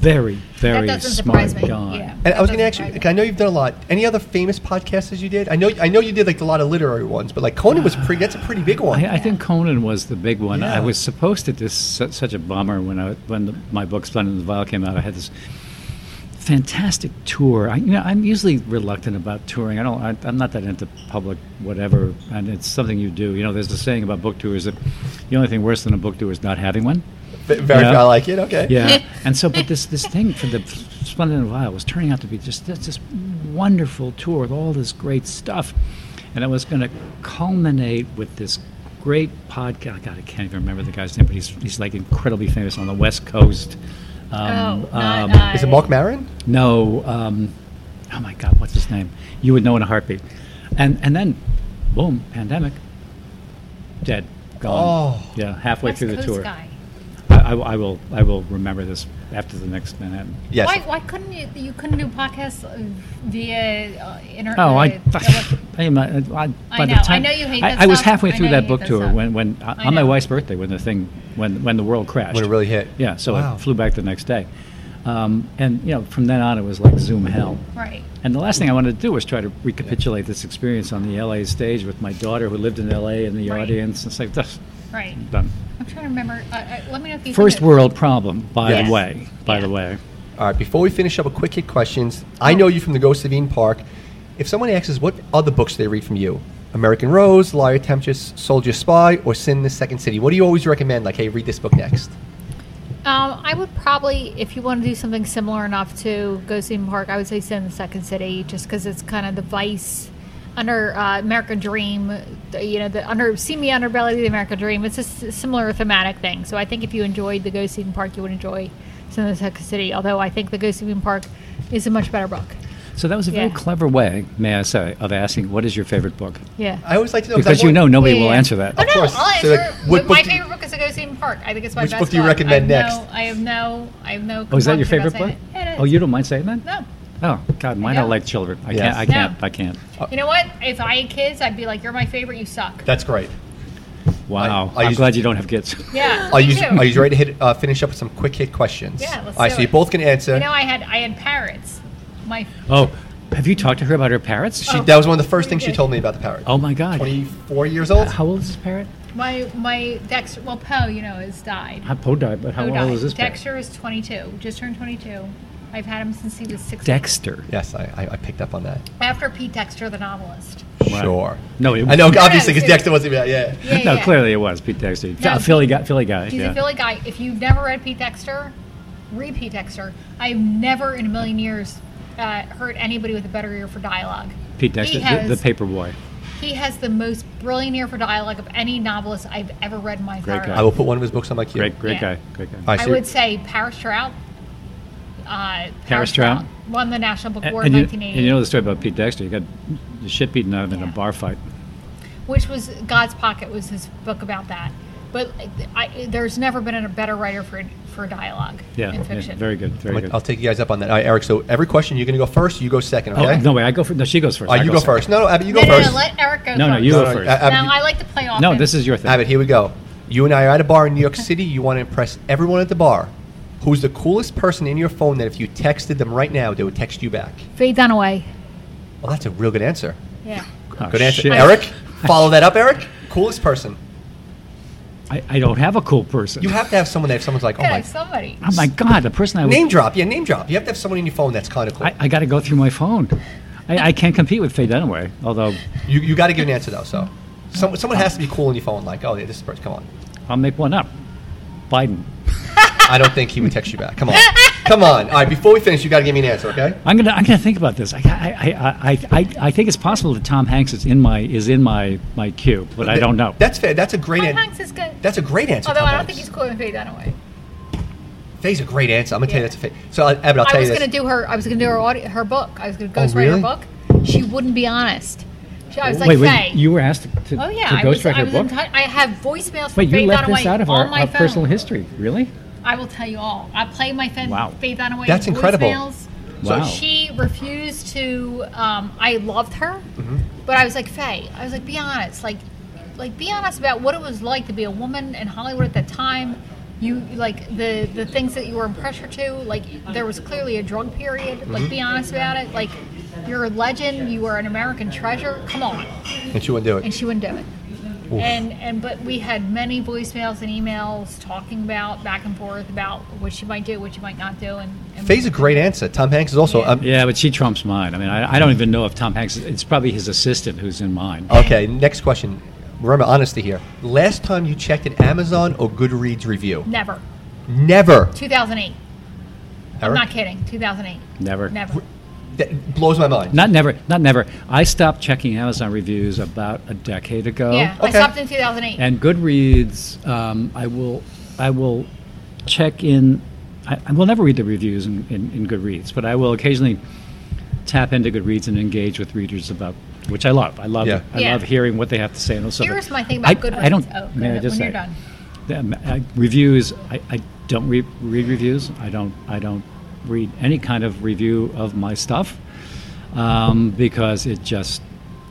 Speaker 1: very very
Speaker 2: that doesn't
Speaker 1: smart
Speaker 2: surprise me.
Speaker 1: guy.
Speaker 2: Yeah.
Speaker 3: And I was
Speaker 2: That
Speaker 3: going to ask
Speaker 2: doesn't
Speaker 3: you.
Speaker 2: surprise
Speaker 3: like, I know you've done a lot. Any other famous podcasts you did? I know. I know you did like a lot of literary ones, but like Conan was pretty. That's a pretty big one.
Speaker 1: I, I think Conan was the big one.
Speaker 3: Yeah.
Speaker 1: I was supposed to. This is su- such a bummer when I when the, my book Splendid and the Vile came out. I had this fantastic tour. I, you know, I'm usually reluctant about touring. I don't. I, I'm not that into public whatever, and it's something you do. You know, there's a saying about book tours that the only thing worse than a book tour is not having one.
Speaker 3: V- Very,
Speaker 1: Yeah.
Speaker 3: I like it. Okay.
Speaker 2: [laughs]
Speaker 1: Yeah, and so, but this this thing for the Splendid and Vile was turning out to be just this, this wonderful tour with all this great stuff, and it was going to culminate with this great podcast. God, I can't even remember the guy's name, but he's he's like incredibly famous on the West Coast. Um,
Speaker 2: Oh, not
Speaker 1: um,
Speaker 2: I.
Speaker 3: Is it Mark Maron?
Speaker 1: no, um, oh my God, what's his name? You would know in a heartbeat. And and then, boom, pandemic, dead, gone.
Speaker 3: Oh.
Speaker 1: Yeah, halfway
Speaker 2: West
Speaker 1: through the
Speaker 2: Coast
Speaker 1: tour.
Speaker 2: guy.
Speaker 1: I, I, I will I will remember this after the next Manhattan.
Speaker 3: Yes.
Speaker 2: Why, why couldn't you? You couldn't do podcasts uh, via uh, internet.
Speaker 1: Oh, [laughs] I,
Speaker 2: uh,
Speaker 1: I, am, uh, I, by
Speaker 2: know, I
Speaker 1: the time
Speaker 2: know you hate
Speaker 1: I,
Speaker 2: that
Speaker 1: I was
Speaker 2: stuff.
Speaker 1: halfway
Speaker 2: I
Speaker 1: through
Speaker 2: know you
Speaker 1: that
Speaker 2: hate
Speaker 1: book
Speaker 2: that
Speaker 1: tour
Speaker 2: stuff.
Speaker 1: when when
Speaker 2: I
Speaker 1: on my
Speaker 2: know.
Speaker 1: wife's birthday when the thing when when the world crashed.
Speaker 3: When it really hit.
Speaker 1: yeah, so
Speaker 3: Wow.
Speaker 1: I flew back the next day, um, and you know from then on it was like Zoom hell.
Speaker 2: right.
Speaker 1: And the last thing I wanted to do was try to recapitulate this experience on the LA stage with my daughter who lived in LA in the
Speaker 2: Right.
Speaker 1: audience. It's like, that's
Speaker 2: Right.
Speaker 1: done.
Speaker 2: I'm trying to remember. Uh, uh, let me know if you.
Speaker 1: First
Speaker 2: think of-
Speaker 1: world problem, by
Speaker 2: Yes.
Speaker 1: the way. By the
Speaker 2: Yeah.
Speaker 1: way.
Speaker 3: All right. Before we finish up with quick hit questions, I know you from the Ghost of Eden Park. If someone asks us what other books they read from you, American Rose, Liar, Temptress, Soldier, Spy, or Sin in the Second City, what do you always recommend? Like, hey, read this book next.
Speaker 2: Um, I would probably, if you want to do something similar enough to Ghost in the Park, I would say Sin in the Second City, just because it's kind of the vice under uh, American Dream. the- You know, the under semi underbelly of the American Dream. It's a s- similar thematic thing. So I think if you enjoyed the Ghost in the Park, you would enjoy Sin in the Second City. Although I think the Ghost in the Park is a much better book.
Speaker 1: So that was a very
Speaker 2: Yeah.
Speaker 1: clever way, may I say, of asking what is your favorite book?
Speaker 2: Yeah.
Speaker 3: I always like to know
Speaker 1: Because you
Speaker 3: want-
Speaker 1: know nobody will
Speaker 2: Yeah.
Speaker 1: answer that.
Speaker 2: Oh,
Speaker 3: Of
Speaker 2: no,
Speaker 3: course.
Speaker 2: I'll
Speaker 3: So,
Speaker 2: answer.
Speaker 3: like, what
Speaker 2: my
Speaker 3: book do you-
Speaker 2: favorite book is The Ghost in the Park. I think it's my
Speaker 3: Which
Speaker 2: best
Speaker 3: book do you recommend
Speaker 2: I have
Speaker 3: next?
Speaker 2: No, I have no. I have no.
Speaker 1: Oh, is that your
Speaker 2: compunction
Speaker 1: favorite
Speaker 2: about saying
Speaker 1: book?
Speaker 2: It. It is.
Speaker 1: Oh, you don't mind saying that?
Speaker 2: No.
Speaker 1: Oh, God, mine are
Speaker 2: don't.
Speaker 1: like children. I
Speaker 3: Yes.
Speaker 1: can't, I
Speaker 2: No.
Speaker 1: can't, I can't.
Speaker 2: You know what? If I had kids, I'd be like, "You're my favorite. You suck."
Speaker 3: That's great.
Speaker 1: Wow.
Speaker 3: I
Speaker 1: I, am
Speaker 3: used-
Speaker 1: glad you don't have kids. [laughs]
Speaker 2: Yeah.
Speaker 3: Are
Speaker 2: me
Speaker 3: you,
Speaker 2: too.
Speaker 3: are you ready to hit, uh, finish up with some quick hit questions?
Speaker 2: Yeah, let's
Speaker 3: All right,
Speaker 2: do
Speaker 3: so you
Speaker 2: it.
Speaker 3: both can answer.
Speaker 2: You know, I had I had parrots. My
Speaker 1: Oh, have you talked to her about her parrots? She,
Speaker 3: she,
Speaker 2: Oh.
Speaker 3: that was one of the first
Speaker 2: We
Speaker 3: things she
Speaker 2: did.
Speaker 3: told me about the parrot.
Speaker 1: oh, my God.
Speaker 3: 24 years old?
Speaker 1: How old is this parrot?
Speaker 2: my my Dexter. Well, Poe, you know, has died.
Speaker 1: How, Uh, Poe died, but how
Speaker 2: Poe
Speaker 1: old
Speaker 2: died.
Speaker 1: is this parrot?
Speaker 2: Dexter is 22. Just turned 22. I've had him since he was 16.
Speaker 1: Dexter.
Speaker 3: Yes, I, I, I picked up on that.
Speaker 2: After Pete Dexter, the novelist.
Speaker 1: Right.
Speaker 3: Sure.
Speaker 1: No, it
Speaker 3: I know,
Speaker 1: was-
Speaker 3: obviously, because
Speaker 2: it-
Speaker 3: Dexter wasn't even yeah.
Speaker 2: Yeah,
Speaker 1: [laughs] no,
Speaker 2: yeah.
Speaker 1: clearly it was Pete Dexter.
Speaker 2: No,
Speaker 1: Philly guy. Philly guy.
Speaker 2: He's
Speaker 1: yeah.
Speaker 2: a Philly guy. If you've never read Pete Dexter, read Pete Dexter. I've never in a million years uh, heard anybody with a better ear for dialogue.
Speaker 1: Pete Dexter,
Speaker 2: He has,
Speaker 1: the, the paper boy.
Speaker 2: he has the most brilliant ear for dialogue of any novelist I've ever read in my
Speaker 1: Great
Speaker 2: entire
Speaker 1: guy.
Speaker 3: I
Speaker 2: life.
Speaker 3: will put one of his books on my queue.
Speaker 1: Great, great
Speaker 2: Yeah.
Speaker 1: guy. Great guy.
Speaker 3: All right,
Speaker 2: I
Speaker 3: so
Speaker 2: would say Paris Trout. Uh,
Speaker 1: Paris Trout?
Speaker 2: won the National Book
Speaker 1: And,
Speaker 2: Award
Speaker 1: and
Speaker 2: in
Speaker 1: you, and
Speaker 2: 1980,
Speaker 1: you know the story about Pete Dexter. He got the shit beaten out of him in
Speaker 2: Yeah.
Speaker 1: a bar fight.
Speaker 2: which was God's Pocket was his book about that. But I, there's never been a better writer for for dialogue
Speaker 1: Yeah,
Speaker 2: in
Speaker 1: yeah,
Speaker 2: fiction.
Speaker 1: very good, very
Speaker 3: I'll
Speaker 1: good.
Speaker 3: take you guys up on that. All right, Eric, so every question, you're going to go first, you go second,
Speaker 1: Oh,
Speaker 3: okay?
Speaker 1: no, wait, I go first. No, she goes first.
Speaker 3: All right,
Speaker 1: I
Speaker 3: you go
Speaker 1: second.
Speaker 3: first. No, no, Abbott, you go
Speaker 2: No, no,
Speaker 3: first.
Speaker 2: no, let Eric go
Speaker 1: No, no,
Speaker 2: first.
Speaker 1: you
Speaker 3: No,
Speaker 1: go
Speaker 3: no,
Speaker 1: first.
Speaker 3: I- Abby,
Speaker 2: Now
Speaker 3: you-
Speaker 2: I like to play off.
Speaker 1: No, this is your thing.
Speaker 3: Abbott, here we go. You and I are at a bar in New York City. You want to impress everyone at the bar. Who's the coolest person in your phone that if you texted them right now, they would text you back?
Speaker 2: Faye Dunaway.
Speaker 3: Well, that's a real good answer.
Speaker 2: Yeah.
Speaker 1: Oh,
Speaker 3: Good answer.
Speaker 1: shit. [laughs]
Speaker 3: Eric, follow that up, Eric. Coolest person.
Speaker 1: I, I don't have a cool person.
Speaker 3: You have to have someone that if someone's like, oh
Speaker 2: yeah,
Speaker 3: my.
Speaker 2: somebody.
Speaker 1: Oh my god, the person I was.
Speaker 3: Name drop. Yeah, name drop. You have to have someone in your phone that's kind of cool.
Speaker 1: I, I got to go through my phone. I, I can't compete with Faye Dunaway. Although
Speaker 3: you you got to give an answer, though, so. Some, someone has to be cool in your phone, like, oh, yeah, this person, come on.
Speaker 1: I'll make one up. Biden.
Speaker 3: I don't think he would text you back. Come on. Come on. All right, before we finish, you got to give me an answer, okay?
Speaker 1: I'm gonna I'm gonna think about this. I I, I, I, I, I think it's possible that Tom Hanks is in my is in my my queue, but I don't know.
Speaker 3: That's fair. That's a great
Speaker 2: Tom
Speaker 3: answer.
Speaker 2: Hanks is good.
Speaker 3: That's a great answer.
Speaker 2: Although
Speaker 3: Tom
Speaker 2: I don't
Speaker 3: Hanks.
Speaker 2: think he's cooler than Faye Dunaway.
Speaker 3: Faye's a great answer. I'm gonna tell you
Speaker 2: Yeah.
Speaker 3: that's a Faye. So, uh, Abbott, I'll
Speaker 2: I
Speaker 3: tell
Speaker 2: was
Speaker 3: you this.
Speaker 2: going to do her. I was going to do her audi- her book. I was going to
Speaker 3: Oh,
Speaker 2: ghostwrite
Speaker 3: really?
Speaker 2: her book. She wouldn't be honest. She, I was like,
Speaker 1: wait, wait,
Speaker 2: Faye.
Speaker 1: you were asked to, to,
Speaker 2: oh yeah,
Speaker 1: to
Speaker 2: I was.
Speaker 1: ghostwrite
Speaker 2: I,
Speaker 1: her
Speaker 2: was
Speaker 1: book.
Speaker 2: in touch- I have voicemails from
Speaker 1: wait, you
Speaker 2: Faye
Speaker 1: left
Speaker 2: Dunaway
Speaker 1: this out of uh,
Speaker 2: on
Speaker 1: our,
Speaker 2: my
Speaker 1: our
Speaker 2: phone.
Speaker 1: personal history. Really?
Speaker 2: I will tell you all. I play my phone.
Speaker 1: Wow.
Speaker 2: Faye Dunaway.
Speaker 3: That's incredible.
Speaker 2: voicemails.
Speaker 1: Wow.
Speaker 2: So she refused to. Um, I loved her,
Speaker 3: Mm-hmm.
Speaker 2: but I was like Faye. I was like, be honest. Like, like be honest about what it was like to be a woman in Hollywood at that time. You like the the things that you were in pressure to. Like there was clearly a drug period.
Speaker 3: Mm-hmm.
Speaker 2: Like be honest about it. Like you're a legend. You are an American treasure. Come on.
Speaker 3: And she wouldn't do
Speaker 2: And
Speaker 3: it.
Speaker 2: she wouldn't do it.
Speaker 3: Oof.
Speaker 2: And and but we had many voicemails and emails talking about back and forth about what you might do, what you might not do, and, and
Speaker 3: Faye's a great answer. Tom Hanks is also.
Speaker 2: Yeah.
Speaker 3: Um,
Speaker 1: Yeah, but she trumps mine. I mean, I, I don't even know if Tom Hanks. It's probably his assistant who's in mine.
Speaker 3: Okay, next question. Remember honesty here. Last time you checked an Amazon or Goodreads review?
Speaker 2: never.
Speaker 3: Never.
Speaker 2: 2008. I'm
Speaker 3: Eric?
Speaker 2: not kidding. 2008.
Speaker 1: Never.
Speaker 2: Never.
Speaker 3: That blows my mind.
Speaker 1: Not never. Not never. I stopped checking Amazon reviews about a decade ago.
Speaker 2: Yeah, I
Speaker 3: okay.
Speaker 2: stopped in 2008.
Speaker 1: oh, And Goodreads, um, I will, I will check in. I, I will never read the reviews in, in, in Goodreads, but I will occasionally tap into Goodreads and engage with readers about which I love. I love.
Speaker 3: Yeah.
Speaker 1: I
Speaker 2: Yeah.
Speaker 1: love hearing what they have to say. And also,
Speaker 2: Here's my thing
Speaker 1: I,
Speaker 2: about Goodreads.
Speaker 1: I don't.
Speaker 2: Oh, go
Speaker 1: may I
Speaker 2: ahead,
Speaker 1: just
Speaker 2: when you're
Speaker 1: say,
Speaker 2: done.
Speaker 1: Um, I- reviews. I, I don't re- read reviews. I don't. I don't read any kind of review of my stuff um, because it just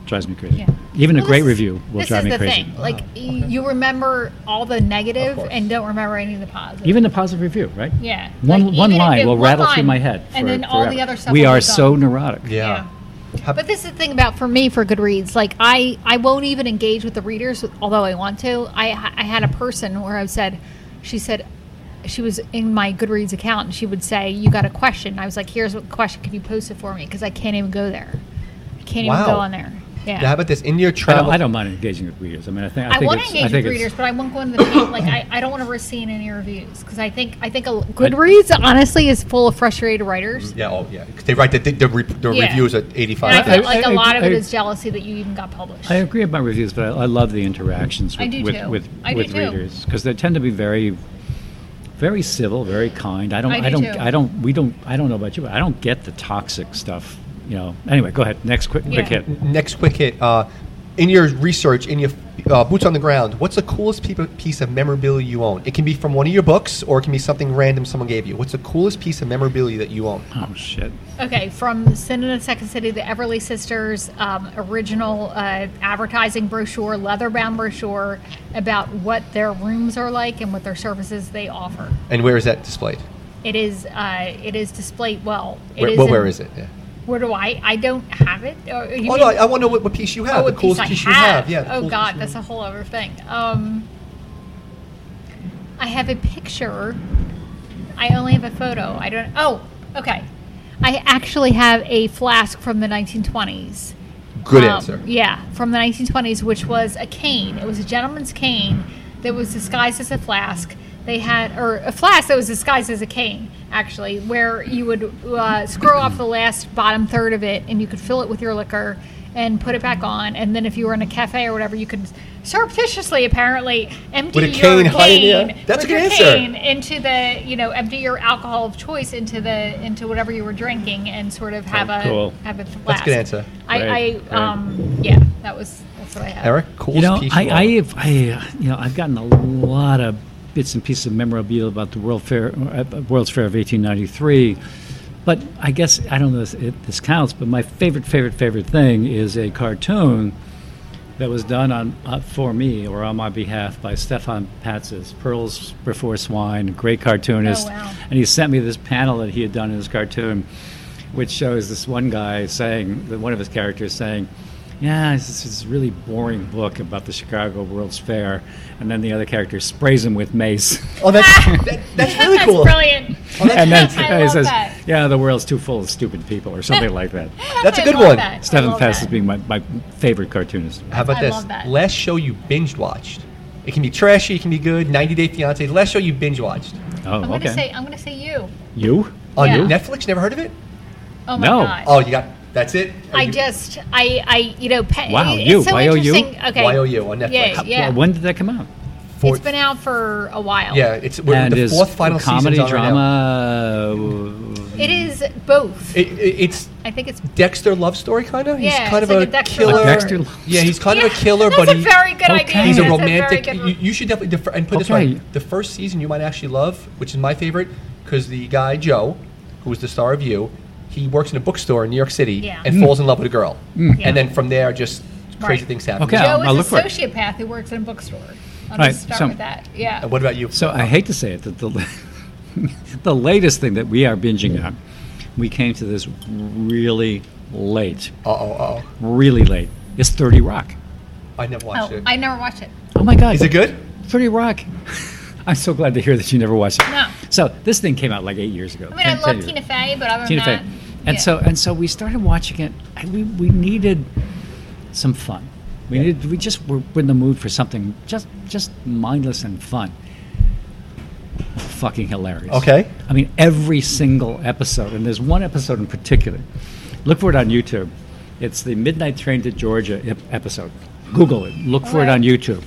Speaker 1: drives me crazy.
Speaker 2: Yeah.
Speaker 1: Even
Speaker 2: Well,
Speaker 1: a great
Speaker 2: this-
Speaker 1: review will
Speaker 2: this
Speaker 1: drive
Speaker 2: is
Speaker 1: me
Speaker 2: the
Speaker 1: crazy.
Speaker 2: Thing. Like y- you remember all the negative
Speaker 3: course.
Speaker 2: and don't remember any of the positive.
Speaker 1: Even a positive review, right?
Speaker 2: yeah,
Speaker 1: One,
Speaker 2: Like,
Speaker 1: one
Speaker 2: even if
Speaker 1: line
Speaker 2: it-
Speaker 1: will
Speaker 2: one
Speaker 1: rattle through
Speaker 2: line,
Speaker 1: my head.
Speaker 2: and
Speaker 1: for-
Speaker 2: then all the
Speaker 1: forever.
Speaker 2: other stuff.
Speaker 1: We
Speaker 2: will
Speaker 1: are
Speaker 2: be
Speaker 1: so
Speaker 2: gone.
Speaker 1: neurotic.
Speaker 3: Yeah. How-
Speaker 2: But this is the thing about for me for Goodreads. Like I, I won't even engage with the readers, although I want to. I, I had a person where I said, she said, she was in my Goodreads account, and she would say, "You got a question?" I was like, "Here's what question. Can you post it for me? Because I can't even go there. I can't even
Speaker 3: Wow.
Speaker 2: go on there." Yeah.
Speaker 3: Now, how about this? In your
Speaker 1: I don't,
Speaker 3: travel,
Speaker 1: I don't mind engaging with readers. I mean, I think I,
Speaker 2: I
Speaker 1: think
Speaker 2: want to
Speaker 1: it's-
Speaker 2: engage
Speaker 1: think
Speaker 2: with
Speaker 1: it's-
Speaker 2: readers, but I won't go into the page. Like I, I don't want to risk seeing any reviews because I think I think a, Goodreads honestly is full of frustrated writers.
Speaker 3: Yeah. Oh, yeah. 'Cause they write the the, the, re- the
Speaker 2: Yeah.
Speaker 3: reviews at
Speaker 2: And I
Speaker 3: eighty-five.
Speaker 1: I-
Speaker 2: feel
Speaker 1: I-
Speaker 2: like
Speaker 1: I-
Speaker 2: a lot of it
Speaker 1: I-
Speaker 2: is jealousy that you even got published.
Speaker 1: I agree about reviews, but I, I love the interactions
Speaker 2: I
Speaker 1: with
Speaker 2: do too.
Speaker 1: with, with,
Speaker 2: I do
Speaker 1: with
Speaker 2: too.
Speaker 1: readers because they tend to be very, very civil, very kind. I don't,
Speaker 2: I do
Speaker 1: I, don't,
Speaker 2: too.
Speaker 1: I don't, we don't, I don't know about you, but I don't get the toxic stuff. You know. Anyway, go ahead. Next quick, quick
Speaker 2: Yeah.
Speaker 1: hit.
Speaker 3: Next quick hit. Uh, in your research, in your uh, boots on the ground, what's the coolest peop- piece of memorabilia you own? It can be from one of your books, or it can be something random someone gave you. What's the coolest piece of memorabilia that you own?
Speaker 1: Oh shit.
Speaker 2: Okay, from Sin in the Second City, the Everly Sisters um, original uh, advertising brochure, leather-bound brochure about what their rooms are like and what their services they offer.
Speaker 3: And where is that displayed?
Speaker 2: It is uh, it is displayed well. It
Speaker 3: Where,
Speaker 2: is
Speaker 3: well,
Speaker 2: in-
Speaker 3: where is it? Yeah.
Speaker 2: Where do I? I don't have it. Or you
Speaker 3: Oh no,
Speaker 2: mean-
Speaker 3: I, I want to know what, what piece you have.
Speaker 2: Oh,
Speaker 3: the coolest piece, you have. Yeah. the
Speaker 2: oh
Speaker 3: coolest
Speaker 2: God,
Speaker 3: piece you
Speaker 2: that's a
Speaker 3: have.
Speaker 2: whole other thing. Um, I have a picture. I only have a photo. I don't. Oh, okay. I actually have a flask from the 1920s.
Speaker 3: good
Speaker 2: Um,
Speaker 3: answer.
Speaker 2: Yeah, from the 1920s, which was a cane. It was a gentleman's cane that was disguised as a flask. They had, or a flask that was disguised as a cane, actually, where you would uh, screw off the last bottom third of it and you could fill it with your liquor and put it back on. And then if you were in a cafe or whatever, you could surreptitiously, apparently, empty
Speaker 3: With a
Speaker 2: your
Speaker 3: cane hiding- yeah,
Speaker 2: cane with
Speaker 3: that's a good
Speaker 2: your
Speaker 3: answer.
Speaker 2: cane into the, you know, empty your alcohol of choice into the into whatever you were drinking and sort of have
Speaker 1: Oh,
Speaker 2: a
Speaker 1: cool.
Speaker 2: have a flask.
Speaker 3: That's a good answer.
Speaker 2: I,
Speaker 1: Right,
Speaker 2: I
Speaker 1: right.
Speaker 2: um, yeah, that was that's what I had.
Speaker 3: Eric, coolest
Speaker 1: you know,
Speaker 3: piece
Speaker 1: I,
Speaker 3: you
Speaker 1: I
Speaker 3: own.
Speaker 1: have, I, you know, I've gotten a lot of bits and pieces of memorabilia about the World Fair, uh, World's Fair of 1893. But I guess I don't know if it, this counts. But my favorite, favorite, favorite thing is a cartoon that was done on uh, for me or on my behalf by Stefan Patzis, Pearls Before Swine, a great cartoonist.
Speaker 2: Oh, wow.
Speaker 1: And he sent me this panel that he had done in his cartoon, which shows this one guy saying, that one of his characters saying, yeah, this is a really boring book about the Chicago World's Fair. And then the other character sprays him with mace.
Speaker 3: Oh, that's that, that's
Speaker 2: [laughs]
Speaker 3: really
Speaker 2: that's
Speaker 3: cool. Oh,
Speaker 2: brilliant.
Speaker 1: [laughs] and then
Speaker 2: [laughs] [laughs] I
Speaker 1: he
Speaker 2: love
Speaker 1: says,
Speaker 2: that.
Speaker 1: yeah, the world's too full of stupid people or something like that.
Speaker 3: That's
Speaker 2: [laughs]
Speaker 3: a
Speaker 2: I
Speaker 3: good
Speaker 2: love
Speaker 3: one.
Speaker 2: that. I
Speaker 1: Stefan
Speaker 2: love
Speaker 1: Patzis
Speaker 2: that.
Speaker 1: being my, my favorite cartoonist.
Speaker 3: How about
Speaker 2: I
Speaker 3: this?
Speaker 2: love that.
Speaker 3: Last show you binge watched. It can be trashy. It can be good. 90 Day Fiance. Last show you binge watched
Speaker 1: Oh,
Speaker 2: I'm
Speaker 1: okay.
Speaker 2: gonna say I'm gonna say you.
Speaker 1: you?
Speaker 3: on
Speaker 2: Yeah.
Speaker 3: Netflix. Never heard of it?
Speaker 2: Oh my
Speaker 1: No.
Speaker 2: god.
Speaker 3: Oh, you got that's it. Oh,
Speaker 2: I
Speaker 3: You-
Speaker 2: just I I you know pe-
Speaker 1: Wow,
Speaker 2: it's
Speaker 1: you,
Speaker 2: so
Speaker 1: YOU?
Speaker 2: interesting. Okay.
Speaker 3: YOU on Netflix.
Speaker 2: Yeah,
Speaker 3: How-
Speaker 2: yeah.
Speaker 1: Well, when did that come out?
Speaker 3: for-
Speaker 2: it's been out for a while.
Speaker 3: Yeah, it's we're in
Speaker 1: and
Speaker 3: the
Speaker 1: is
Speaker 3: fourth final
Speaker 1: comedy
Speaker 3: season's on right now.
Speaker 1: drama. uh,
Speaker 2: It is both.
Speaker 3: It, it, it's
Speaker 2: I think it's
Speaker 3: Dexter love story kind of.
Speaker 2: Yeah,
Speaker 3: he's kind
Speaker 2: it's
Speaker 3: of
Speaker 2: like
Speaker 3: a
Speaker 2: a Dexter
Speaker 3: killer.
Speaker 1: love Dexter story. love
Speaker 3: yeah, he's kind
Speaker 2: yeah,
Speaker 3: of a killer,
Speaker 2: that's
Speaker 3: but
Speaker 2: a
Speaker 3: he,
Speaker 2: very good
Speaker 1: Okay.
Speaker 2: idea.
Speaker 3: he's a
Speaker 2: That's
Speaker 3: romantic.
Speaker 2: very good
Speaker 3: you,
Speaker 2: one.
Speaker 3: you should definitely defer, and put it this
Speaker 1: Okay.
Speaker 3: way: the first season you might actually love, which is my favorite, because the guy Joe, who was the star of You, he works in a bookstore in New York City
Speaker 2: Yeah.
Speaker 1: Mm.
Speaker 3: and falls in love with a girl,
Speaker 2: Yeah.
Speaker 3: and then from there just crazy
Speaker 2: Right.
Speaker 3: things happen.
Speaker 1: Okay. Yeah,
Speaker 2: Joe
Speaker 1: I'll look
Speaker 2: is a
Speaker 1: for it.
Speaker 2: sociopath who works in a bookstore. I'll
Speaker 1: Right,
Speaker 2: just start
Speaker 1: so-
Speaker 2: with that. Yeah.
Speaker 3: And what about you?
Speaker 1: So I hate to say it, that the [laughs] the latest thing that we are binging on, we came to this really late,
Speaker 3: Uh oh, uh oh.
Speaker 1: really late. It's Thirty Rock.
Speaker 3: I never watched
Speaker 2: Oh,
Speaker 3: it.
Speaker 2: I never watched it.
Speaker 1: Oh my God!
Speaker 3: Is it good?
Speaker 1: 30
Speaker 3: [laughs]
Speaker 1: Rock. I'm so glad to hear that you never watched it.
Speaker 2: No.
Speaker 1: So this thing came out like eight years ago.
Speaker 2: I mean, I
Speaker 1: 10
Speaker 2: love
Speaker 1: 10 years
Speaker 2: Tina Fey, but other
Speaker 1: Tina
Speaker 2: than
Speaker 1: Fey.
Speaker 2: that,
Speaker 1: And
Speaker 2: yeah.
Speaker 1: so and so we started watching it. and we we needed some fun. We
Speaker 3: Yeah.
Speaker 1: needed we just were in the mood for something just just mindless and fun. Fucking hilarious.
Speaker 3: Okay.
Speaker 1: I mean, every single episode, and there's one episode in particular. Look for it on YouTube. It's the Midnight Train to Georgia ep- episode. Google it. Look for it
Speaker 2: Alright.
Speaker 1: on YouTube.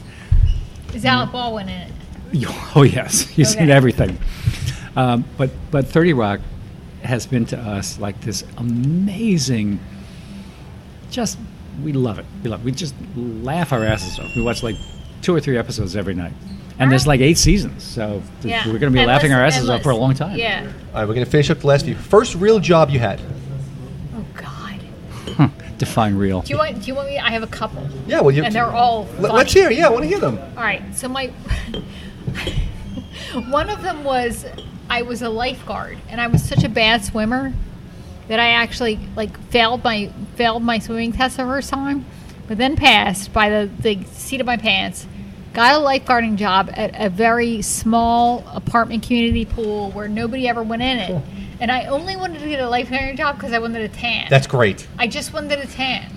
Speaker 2: is Alec Baldwin in it?
Speaker 1: You- [laughs] Oh yes, he's seen
Speaker 2: Okay.
Speaker 1: everything. Um, but but Thirty Rock has been to us like this amazing. Just we love it. We love. It. We just laugh our asses off. We watch like two or three episodes every night, and there's like eight seasons. So th-
Speaker 2: Yeah.
Speaker 1: we're going to be laughing our asses off for a long time.
Speaker 2: Yeah.
Speaker 3: All right, we're going to finish up the last few. First real job you had?
Speaker 2: Oh God. Do
Speaker 1: Define real.
Speaker 2: you want? Do you want me? I have a couple.
Speaker 3: Yeah, well, you.
Speaker 2: And they're all.
Speaker 3: Let, let's
Speaker 2: funny.
Speaker 3: hear. Yeah, I want to hear them.
Speaker 2: All right. So my one of them was I was a lifeguard, and I was such a bad swimmer that I actually like failed my failed my swimming test the first time, but then passed by the, the seat of my pants. Got a lifeguarding job at a very small apartment community pool where nobody ever went in it, and I only wanted to get a lifeguarding job because I wanted a tan.
Speaker 3: That's great.
Speaker 2: I just wanted a tan.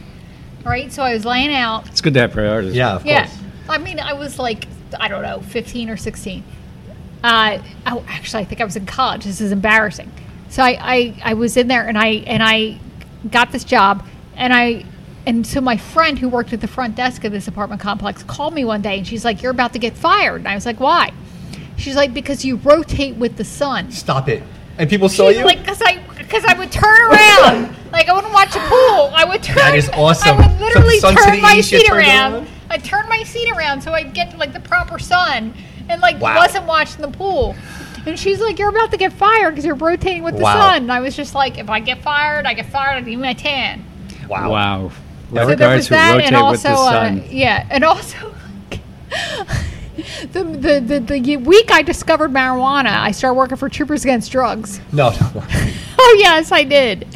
Speaker 2: All right, so I was laying out
Speaker 1: It's good to have priorities.
Speaker 3: Yeah, of
Speaker 2: yeah.
Speaker 3: course.
Speaker 2: I mean, I was like, I don't know, 15 or 16. Uh, oh, actually, I think I was in college. This is embarrassing. So I, I, I was in there and I, and I got this job and I, and so my friend who worked at the front desk of this apartment complex called me one day and she's like, you're about to get fired. And I was like, why? She's like, because you rotate with the sun.
Speaker 3: Stop it. And people saw
Speaker 2: She's
Speaker 3: you.
Speaker 2: like, cause I, cause I would turn around. like I wouldn't watch a pool. I would turn.
Speaker 3: That is awesome.
Speaker 2: I would literally
Speaker 3: From the sun to
Speaker 2: turn
Speaker 3: the
Speaker 2: my
Speaker 3: east, you
Speaker 2: seat
Speaker 3: turned
Speaker 2: around.
Speaker 3: around?
Speaker 2: I turned my seat around so I'd get like the proper sun, and like
Speaker 3: Wow.
Speaker 2: wasn't watching the pool. And she's like, "You're about to get fired because you're rotating with the
Speaker 3: Wow.
Speaker 2: sun." And I was just like, "If I get fired, I get fired. I need my tan."
Speaker 3: wow.
Speaker 1: Wow.
Speaker 3: there
Speaker 2: So there was
Speaker 1: Lifeguards who
Speaker 2: that,
Speaker 1: rotate
Speaker 2: and
Speaker 1: with
Speaker 2: also,
Speaker 1: the sun.
Speaker 2: uh, yeah, and also, [laughs] the, the the the week I discovered marijuana, I started working for Troopers Against Drugs.
Speaker 3: No, [laughs] no.
Speaker 2: [laughs] Oh yes, I did.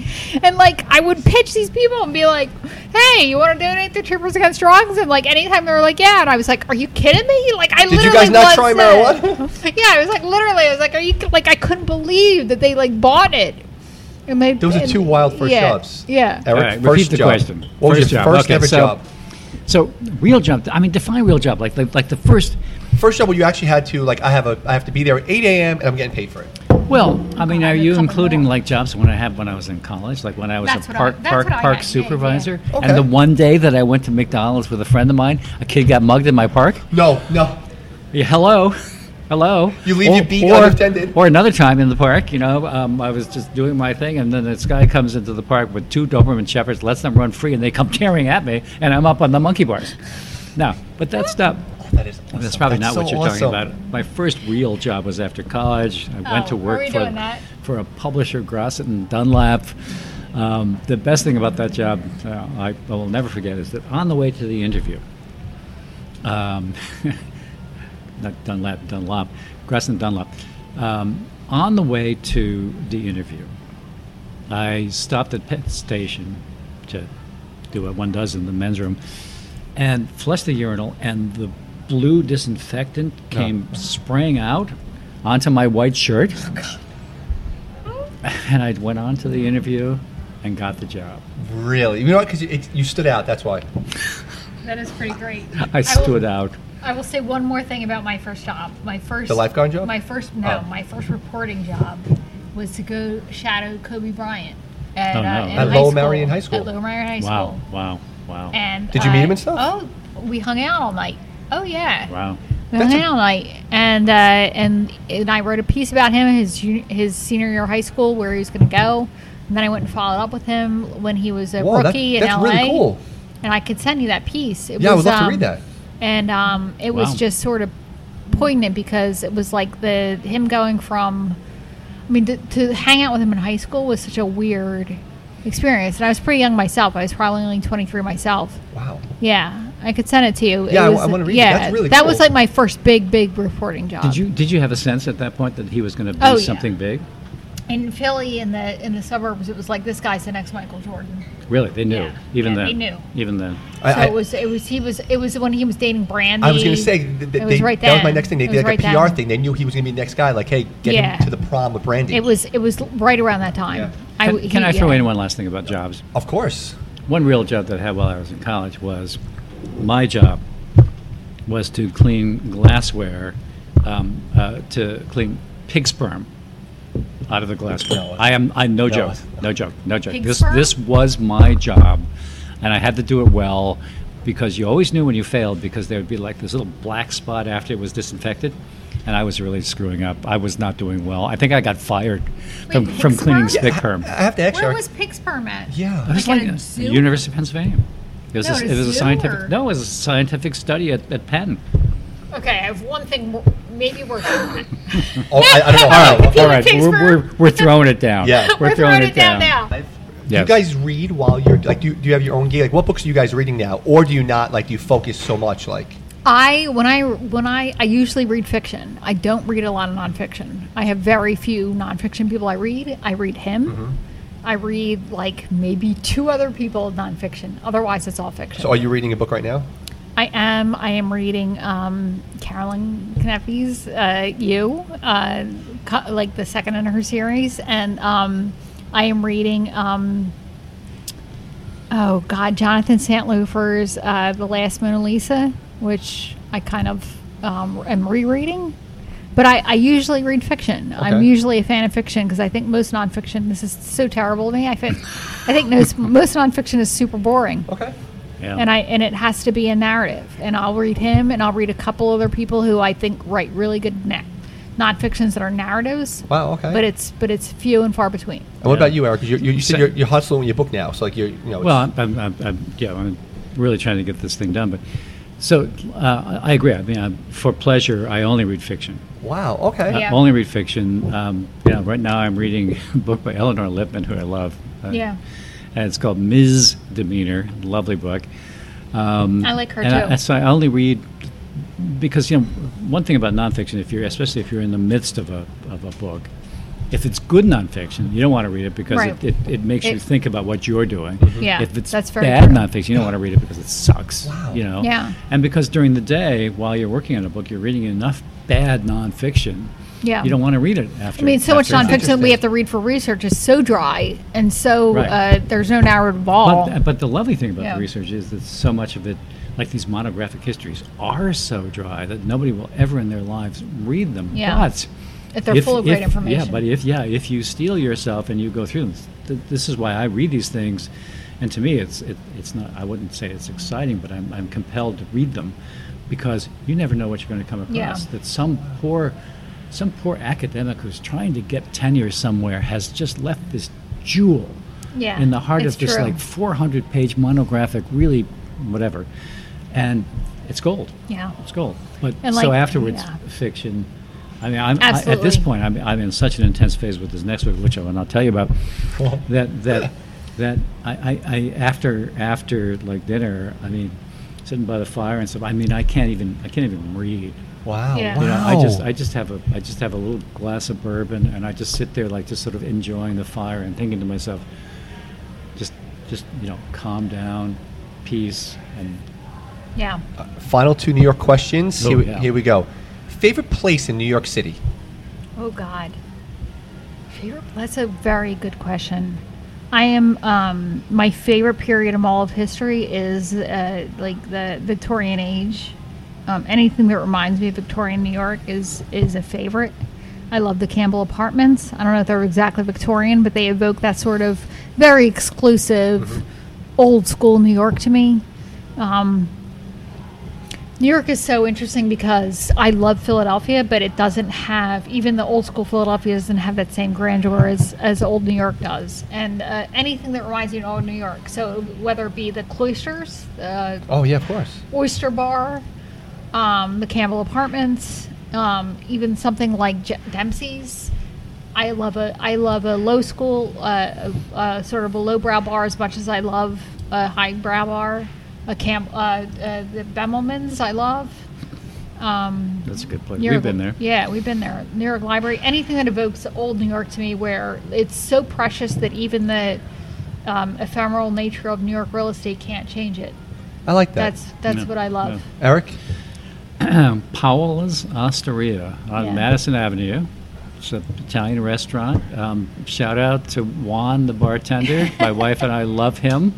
Speaker 2: And like I would pitch these people and be like, "Hey, you want to donate to Troopers Against Drugs?" And like anytime they were like, "Yeah," and I was like, "Are you kidding me?" Like I
Speaker 3: you
Speaker 2: literally
Speaker 3: guys not
Speaker 2: was
Speaker 3: try
Speaker 2: the- [laughs]
Speaker 3: marijuana?
Speaker 2: yeah, I was like literally, I was like, "Are you like I couldn't believe that they like bought it." And they
Speaker 3: Those are
Speaker 2: and-
Speaker 3: two wild first
Speaker 2: yeah,
Speaker 3: jobs.
Speaker 2: Yeah.
Speaker 3: Eric,
Speaker 1: All right,
Speaker 3: first
Speaker 1: repeat the
Speaker 3: job.
Speaker 1: question.
Speaker 3: What was
Speaker 1: First
Speaker 3: your
Speaker 1: job.
Speaker 3: first
Speaker 1: Okay,
Speaker 3: ever
Speaker 1: so-
Speaker 3: job?
Speaker 1: So real job. I mean, define real job. Like like, like the first.
Speaker 3: First job where you actually had to like I have a I have to be there at 8 a.m. and I'm getting paid for it.
Speaker 1: Well, I mean, are
Speaker 2: God, there's
Speaker 1: you
Speaker 2: something
Speaker 1: including
Speaker 2: more.
Speaker 1: like jobs when I had when I was in college, like when I was
Speaker 2: That's
Speaker 1: a
Speaker 2: what I-
Speaker 1: park
Speaker 2: that's
Speaker 1: park
Speaker 2: what I
Speaker 1: park
Speaker 2: had. Yeah, yeah.
Speaker 1: supervisor,
Speaker 3: Okay.
Speaker 1: and the one day that I went to McDonald's with a friend of mine, a kid got mugged in my park.
Speaker 3: No, no.
Speaker 1: Yeah, hello, [laughs] hello.
Speaker 3: You leave
Speaker 1: Or-
Speaker 3: your beat
Speaker 1: or-
Speaker 3: unattended.
Speaker 1: Or another time in the park, you know, um, I was just doing my thing, and then this guy comes into the park with two Doberman shepherds, lets them run free, and they come [laughs] tearing at me, and I'm up on the monkey bars. No, but that's not.
Speaker 3: Oh, That is. Awesome.
Speaker 1: That's probably
Speaker 3: That's
Speaker 1: not what
Speaker 3: so
Speaker 1: you're
Speaker 3: awesome.
Speaker 1: talking about. My first real job was after college. I went
Speaker 2: Oh,
Speaker 1: to
Speaker 2: are
Speaker 1: work
Speaker 2: we
Speaker 1: for,
Speaker 2: doing that?
Speaker 1: for a publisher, Grosset and Dunlap. Um, the best thing about that job, uh, I, I will never forget, is that on the way to the interview, um, [laughs] not Dunlap, Dunlop, Grosset and Dunlop, um, on the way to the interview, I stopped at Penn Station to do what one does in the men's room and flushed the urinal, and the blue disinfectant
Speaker 2: Oh.
Speaker 1: came spraying out onto my white shirt.
Speaker 2: Oh,
Speaker 1: [laughs] and I went on to the interview and got the job.
Speaker 3: Really? You know what? Because you, it- you stood out. That's why.
Speaker 2: That is pretty great.
Speaker 1: I stood out.
Speaker 2: I will say one more thing about my first job. My first
Speaker 3: The lifeguard job?
Speaker 2: My first no,
Speaker 3: Oh.
Speaker 2: my first reporting job was to go shadow Kobe Bryant at,
Speaker 1: Oh,
Speaker 2: uh,
Speaker 1: no.
Speaker 2: in
Speaker 1: At
Speaker 2: high
Speaker 3: Lowell
Speaker 2: school,
Speaker 3: Marion High School.
Speaker 2: At Lowell Marion High
Speaker 1: Wow,
Speaker 2: School.
Speaker 1: wow, wow.
Speaker 2: And
Speaker 3: Did you meet him
Speaker 2: I-
Speaker 3: and stuff?
Speaker 2: Oh, we hung out all night. Oh yeah.
Speaker 1: wow.
Speaker 2: We
Speaker 3: That's
Speaker 2: hung
Speaker 3: a-
Speaker 2: out all night, and uh, and and I wrote a piece about him his ju- his senior year of high school where he was going to go. And then I went and followed up with him when he was a
Speaker 3: Whoa, that-
Speaker 2: rookie in
Speaker 3: that's
Speaker 2: LA.
Speaker 3: really cool.
Speaker 2: And I could send you that piece. It
Speaker 3: Yeah, I would
Speaker 2: was,
Speaker 3: love to
Speaker 2: um,
Speaker 3: read that.
Speaker 2: and um, it
Speaker 1: Wow.
Speaker 2: was just sort of poignant because it was like the him going from i mean to, to hang out with him in high school was such a weird experience and i was pretty young myself i was probably only 23 myself
Speaker 3: Wow.
Speaker 2: yeah i could send it to you It
Speaker 3: Yeah, I w-
Speaker 2: was-
Speaker 3: I wanna read it.
Speaker 2: yeah
Speaker 3: That's really
Speaker 2: that
Speaker 3: cool.
Speaker 2: was like my first big big reporting job
Speaker 1: Did you did you have a sense at that point that he was going to be
Speaker 2: Oh, yeah.
Speaker 1: something big?
Speaker 2: in Philly, in the in the suburbs, it was like this guy's the next Michael Jordan.
Speaker 1: Really, they knew.
Speaker 2: Yeah.
Speaker 1: Even
Speaker 2: Yeah,
Speaker 1: then,
Speaker 2: they knew.
Speaker 1: Even then,
Speaker 3: I-
Speaker 2: so
Speaker 3: I-
Speaker 2: it was it was he was it was when he was dating Brandy.
Speaker 3: I was going to say th- th-
Speaker 2: it was
Speaker 3: they-
Speaker 2: right
Speaker 3: that was my
Speaker 2: then.
Speaker 3: next thing. They
Speaker 2: It
Speaker 3: did
Speaker 2: was
Speaker 3: like
Speaker 2: right
Speaker 3: a PR
Speaker 2: then.
Speaker 3: thing. They knew he was going to be the next guy. Like, hey, get
Speaker 2: Yeah.
Speaker 3: him to the prom with Brandy.
Speaker 2: It was it was right around that time.
Speaker 3: Yeah.
Speaker 2: I
Speaker 1: can,
Speaker 2: w-
Speaker 1: can
Speaker 2: he-
Speaker 1: I throw
Speaker 2: yeah.
Speaker 1: in one last thing about jobs?
Speaker 3: of course.
Speaker 1: One real job that I had while I was in college was my job was to clean glassware, um, uh, to clean pig sperm out of the glassware.
Speaker 3: No.
Speaker 1: I am I no,
Speaker 3: No.
Speaker 1: joke, no joke, no joke.
Speaker 2: Pig
Speaker 1: this
Speaker 2: sperm?
Speaker 1: this was my job, and I had to do it well because you always knew when you failed because there would be like this little black spot after it was disinfected. And I was really screwing up. I was not doing well. I think I got fired from,
Speaker 2: pig
Speaker 1: from cleaning
Speaker 2: sperm?
Speaker 1: pig
Speaker 3: I-
Speaker 1: sperm.
Speaker 3: I, have to ask
Speaker 2: Where
Speaker 3: you.
Speaker 2: was pig sperm at?
Speaker 3: Yeah.
Speaker 1: It was
Speaker 2: Like
Speaker 1: like
Speaker 2: at a
Speaker 1: a
Speaker 2: zoo?
Speaker 1: University of Pennsylvania. It was,
Speaker 2: No,
Speaker 1: a,
Speaker 2: at
Speaker 1: it
Speaker 2: a
Speaker 1: was a
Speaker 2: zoo
Speaker 1: scientific.
Speaker 2: or-
Speaker 1: No, it was a scientific study at, at Penn.
Speaker 2: Okay, I have one thing wor- maybe worth. [laughs]
Speaker 3: oh, I, I don't know.
Speaker 1: All right,
Speaker 2: Peter
Speaker 1: all right. We're,
Speaker 2: Kingsburg.
Speaker 1: we're, we're throwing it down.
Speaker 3: [laughs] Yeah.
Speaker 1: we're, throwing, it down.
Speaker 2: now.
Speaker 3: Do
Speaker 1: Yes.
Speaker 3: you guys read while you're like? Do you, do you have your own gig? Like, what books are you guys reading now, or do you not? Like, do you focus so much? Like,
Speaker 2: I when I when I I usually read fiction. I don't read a lot of nonfiction. I have very few nonfiction people I read. I read him. I read like maybe two other people of nonfiction. Otherwise, it's all fiction.
Speaker 3: so are you reading a book right now?
Speaker 2: I am. I am reading um, Carolyn Canefi's uh, "You," uh, co- like the second in her series, and um, I am reading. Um, oh God, Jonathan St. Lufer's uh, "The Last Mona Lisa," which I kind of um, am rereading. But I, I usually read fiction. I'm
Speaker 3: Okay.
Speaker 2: usually a fan of fiction because I think most nonfiction. This is so terrible to me. I think I think most, most nonfiction is super boring
Speaker 3: Okay.
Speaker 1: Yeah.
Speaker 2: and I and it has to be a narrative. And I'll read him, and I'll read a couple other people who I think write really good na- nonfictions that are narratives.
Speaker 3: Wow. Okay.
Speaker 2: But it's but it's few and far between.
Speaker 3: and what about you, Eric? 'Cause You, you, you said
Speaker 1: Sa-
Speaker 3: you're, you're hustling with your book now, so like you're, you know. it's-
Speaker 1: Well, I'm, I'm, I'm, I'm, yeah, I'm really trying to get this thing done. But so uh, I agree. I mean, i for pleasure, I only read fiction.
Speaker 3: wow. Okay.
Speaker 1: I
Speaker 2: Yeah.
Speaker 1: only read fiction. Um, yeah, right now I'm reading [laughs] a book by Eleanor Lippman, who I love. Uh,
Speaker 2: Yeah.
Speaker 1: And it's called Misdemeanor. Lovely book. Um,
Speaker 2: I like her
Speaker 1: and I-
Speaker 2: too.
Speaker 1: so I only read because you know one thing about nonfiction, if you're especially if you're in the midst of a of a book, if it's good nonfiction, you don't want to read it because
Speaker 2: Right.
Speaker 1: it, it, it makes you
Speaker 2: It- Mm-hmm.
Speaker 1: think about what you're doing.
Speaker 2: Yeah,
Speaker 1: if it's
Speaker 2: that's very
Speaker 1: bad
Speaker 2: true.
Speaker 1: nonfiction, you don't want to read it because it sucks.
Speaker 3: Wow.
Speaker 1: You know.
Speaker 2: Yeah.
Speaker 1: And because during the day, while you're working on a book, you're reading enough bad nonfiction.
Speaker 2: Yeah.
Speaker 1: You don't want to read it after.
Speaker 2: I mean, so much
Speaker 1: after it's-
Speaker 2: nonfiction we have to read for research is so dry, and so
Speaker 1: Right.
Speaker 2: uh, there's no narrative at all.
Speaker 1: But, uh, but the lovely thing about
Speaker 2: Yeah.
Speaker 1: the research is that so much of it, like these monographic histories, are so dry that nobody will ever in their lives read them.
Speaker 2: Yeah.
Speaker 1: But
Speaker 2: If they're full of great information.
Speaker 1: Yeah, but if yeah, if you steel yourself and you go through them, th- this is why I read these things. And to me, it's it, it's not. I wouldn't say it's exciting, but I'm I'm compelled to read them because you never know what you're going to come across.
Speaker 2: Yeah.
Speaker 1: That some poor some poor academic who's trying to get tenure somewhere has just left this jewel
Speaker 2: Yeah,
Speaker 1: in the heart
Speaker 2: it's
Speaker 1: of this
Speaker 2: true.
Speaker 1: like 400 page monographic really whatever and it's gold
Speaker 2: Yeah.
Speaker 1: it's gold but
Speaker 2: And,
Speaker 1: so
Speaker 2: like,
Speaker 1: afterwards
Speaker 2: yeah.
Speaker 1: fiction i mean I'm, I, at this
Speaker 2: Absolutely.
Speaker 1: point I'm, I'm in such an intense phase with this next book which i will not tell you about that that that I, I, I after after like dinner i mean sitting by the fire and stuff i mean i can't even i can't even read
Speaker 3: wow.
Speaker 2: Yeah.
Speaker 3: Wow.
Speaker 1: you know, I just I just have a I just have a little glass of bourbon and I just sit there like just sort of enjoying the fire and thinking to myself, just just you know, calm down, peace, and
Speaker 2: yeah,
Speaker 3: Final two New York questions.
Speaker 1: Oh,
Speaker 3: here, we-
Speaker 1: yeah.
Speaker 3: here we go. Favorite place in New York City?
Speaker 2: Oh God. Favorite? That's a very good question. I am. Um, my favorite period in all of history is uh, like the Victorian age. Um, anything that reminds me of Victorian New York is is a favorite. I love the Campbell Apartments. I don't know if they're exactly Victorian, but they evoke that sort of very exclusive, old school New York to me. Um, New York is so interesting because I love Philadelphia, but it doesn't have even the old school Philadelphia doesn't have that same grandeur as, as old New York does, and uh, anything that reminds you of old New York. So whether it be the cloisters, uh,
Speaker 3: Oh yeah, of course.
Speaker 2: Oyster Bar, um, the Campbell Apartments, um, even something like Je- Dempsey's. I love a I love a low school, uh, uh, sort of a lowbrow bar as much as I love a highbrow bar. A camp, uh, uh, the Bemelmans I love. Um,
Speaker 1: That's a good place.
Speaker 2: New
Speaker 1: We've
Speaker 2: York,
Speaker 1: been there.
Speaker 2: Yeah, we've been there. New York Library. Anything that evokes old New York to me, where it's so precious that even the um, ephemeral nature of New York real estate can't change it.
Speaker 3: I like that.
Speaker 2: That's that's
Speaker 1: Yeah,
Speaker 2: what I love.
Speaker 3: Eric.
Speaker 1: Paola's Osteria Um, on
Speaker 2: Yeah.
Speaker 1: Madison Avenue. It's an Italian restaurant. Um, shout out to Juan, the bartender. My wife and I love him.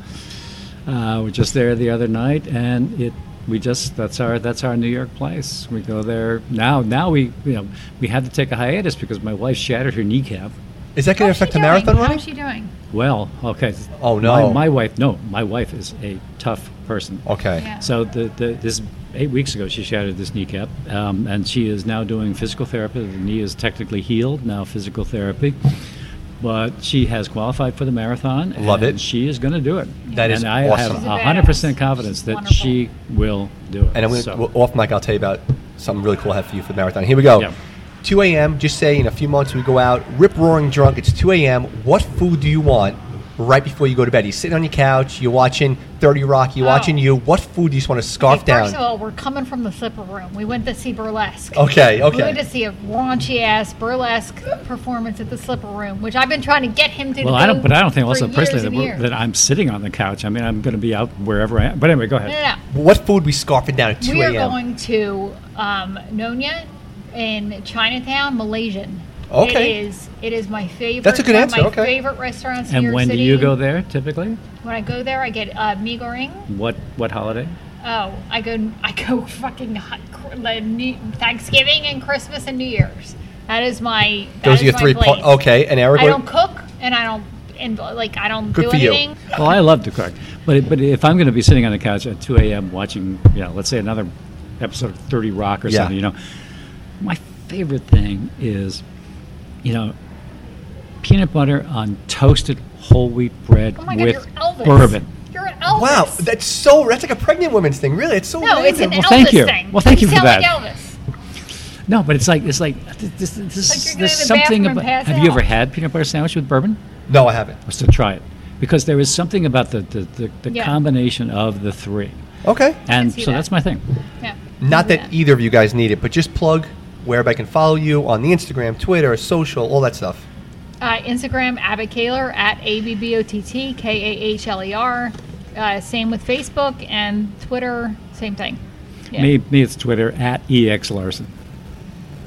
Speaker 1: Uh, we were just there the other night, and it we just that's our that's our New York place. We go there now. Now we you know we had to take a hiatus because my wife shattered her kneecap.
Speaker 3: Is that going
Speaker 2: How's she
Speaker 3: to affect the
Speaker 2: doing?
Speaker 3: marathon running?
Speaker 2: How's she doing?
Speaker 1: Well, okay.
Speaker 3: Oh,
Speaker 1: My,
Speaker 3: no. Oh,
Speaker 1: my wife, no, my wife is a tough person.
Speaker 3: okay.
Speaker 2: Yeah.
Speaker 1: So the, the, this eight weeks ago, she shattered this kneecap, um, and she is now doing physical therapy. The knee is technically healed now, physical therapy, but she has qualified for the marathon.
Speaker 3: Love
Speaker 1: and
Speaker 3: it.
Speaker 1: She is going to do it.
Speaker 3: That
Speaker 1: and
Speaker 3: is
Speaker 1: I
Speaker 3: awesome.
Speaker 1: have
Speaker 3: She's
Speaker 2: a
Speaker 1: hundred percent
Speaker 2: badass.
Speaker 1: confidence
Speaker 2: She's
Speaker 1: that
Speaker 2: wonderful.
Speaker 1: she will do it.
Speaker 3: And I'm gonna,
Speaker 1: So-
Speaker 3: well, off mic, I'll tell you about something really cool I have for you for the marathon. Here we go.
Speaker 1: Yeah.
Speaker 3: 2 a.m. Just say in a few months we go out, rip roaring drunk. It's 2 a.m. What food do you want right before you go to bed? You're sitting on your couch, you're watching 30 Rock, you're
Speaker 2: Oh.
Speaker 3: watching you. What food do you just want to scarf
Speaker 2: Okay,
Speaker 3: down?
Speaker 2: First of all, we're coming from the slipper room. We went to see burlesque.
Speaker 3: Okay,
Speaker 2: We went
Speaker 3: okay.
Speaker 2: to see a raunchy ass burlesque performance at the slipper room, which I've been trying to get him to.
Speaker 1: well,
Speaker 2: go
Speaker 1: I don't, but I don't think
Speaker 2: for
Speaker 1: also
Speaker 2: years
Speaker 1: personally that,
Speaker 2: and
Speaker 1: we're-
Speaker 2: years.
Speaker 1: that I'm sitting on the couch. I mean, I'm going to be out wherever I am. But anyway, go ahead.
Speaker 2: no, no, no.
Speaker 3: What food we scarfing down at 2
Speaker 2: We are
Speaker 3: a.m.?
Speaker 2: going to um, Nonya in Chinatown, Malaysian.
Speaker 3: Okay.
Speaker 2: It is, it is my favorite.
Speaker 3: That's a good
Speaker 2: one
Speaker 3: answer,
Speaker 2: Of my
Speaker 3: okay.
Speaker 2: favorite restaurants in New
Speaker 1: And
Speaker 2: York
Speaker 1: when do
Speaker 2: City.
Speaker 1: you go there typically?
Speaker 2: When I go there, I get uh, mee goreng.
Speaker 1: What what holiday?
Speaker 2: Oh, I go, I go [laughs] fucking hot, like, New- Thanksgiving and Christmas and New Year's. That is my. that
Speaker 3: Those
Speaker 2: is
Speaker 3: are your
Speaker 2: my
Speaker 3: three.
Speaker 2: place.
Speaker 3: Po- okay, and Eric.
Speaker 2: I
Speaker 3: what-
Speaker 2: don't cook, and I don't, and like I don't
Speaker 3: Good
Speaker 2: do
Speaker 3: for you.
Speaker 2: anything.
Speaker 1: Well, I love to cook, but it, but if I'm going to be sitting on the couch at 2 a.m. watching, you know, let's say another episode of 30 Rock or
Speaker 3: Yeah.
Speaker 1: something, you know, my favorite thing is, you know, peanut butter on toasted whole wheat bread
Speaker 2: Oh my god,
Speaker 1: with
Speaker 2: you're Elvis.
Speaker 1: bourbon.
Speaker 2: You're an Elvis.
Speaker 3: wow, that's so. That's like a pregnant woman's thing, really. It's so.
Speaker 2: No, it's an
Speaker 3: random.
Speaker 1: Well,
Speaker 2: Elvis
Speaker 1: thank you.
Speaker 2: thing.
Speaker 1: Well, thank you for
Speaker 2: sound
Speaker 1: that.
Speaker 2: Like Elvis.
Speaker 1: No, but it's like it's like this, this,
Speaker 2: Like
Speaker 1: this, there's
Speaker 2: you're gonna go to the
Speaker 1: something
Speaker 2: bathroom and
Speaker 1: about.
Speaker 2: pass
Speaker 1: Have you ever
Speaker 2: out.
Speaker 1: had peanut butter sandwich with bourbon?
Speaker 3: No, I haven't.
Speaker 1: Or to try it, because there is something about the the, the, the
Speaker 2: Yeah.
Speaker 1: combination of the three,
Speaker 3: Okay.
Speaker 1: and
Speaker 2: see
Speaker 1: so
Speaker 2: that.
Speaker 1: that's my thing.
Speaker 2: Yeah.
Speaker 3: Not
Speaker 2: Yeah.
Speaker 3: that e-, either of you guys need it, but just plug where everybody can follow you on the Instagram, Twitter, social, all that stuff.
Speaker 2: Uh, Instagram, Abbott Kaler at A B B O T T K A H L E R. Uh, Same with Facebook and Twitter, same thing. Yeah.
Speaker 1: Me, me, it's Twitter at ex larson,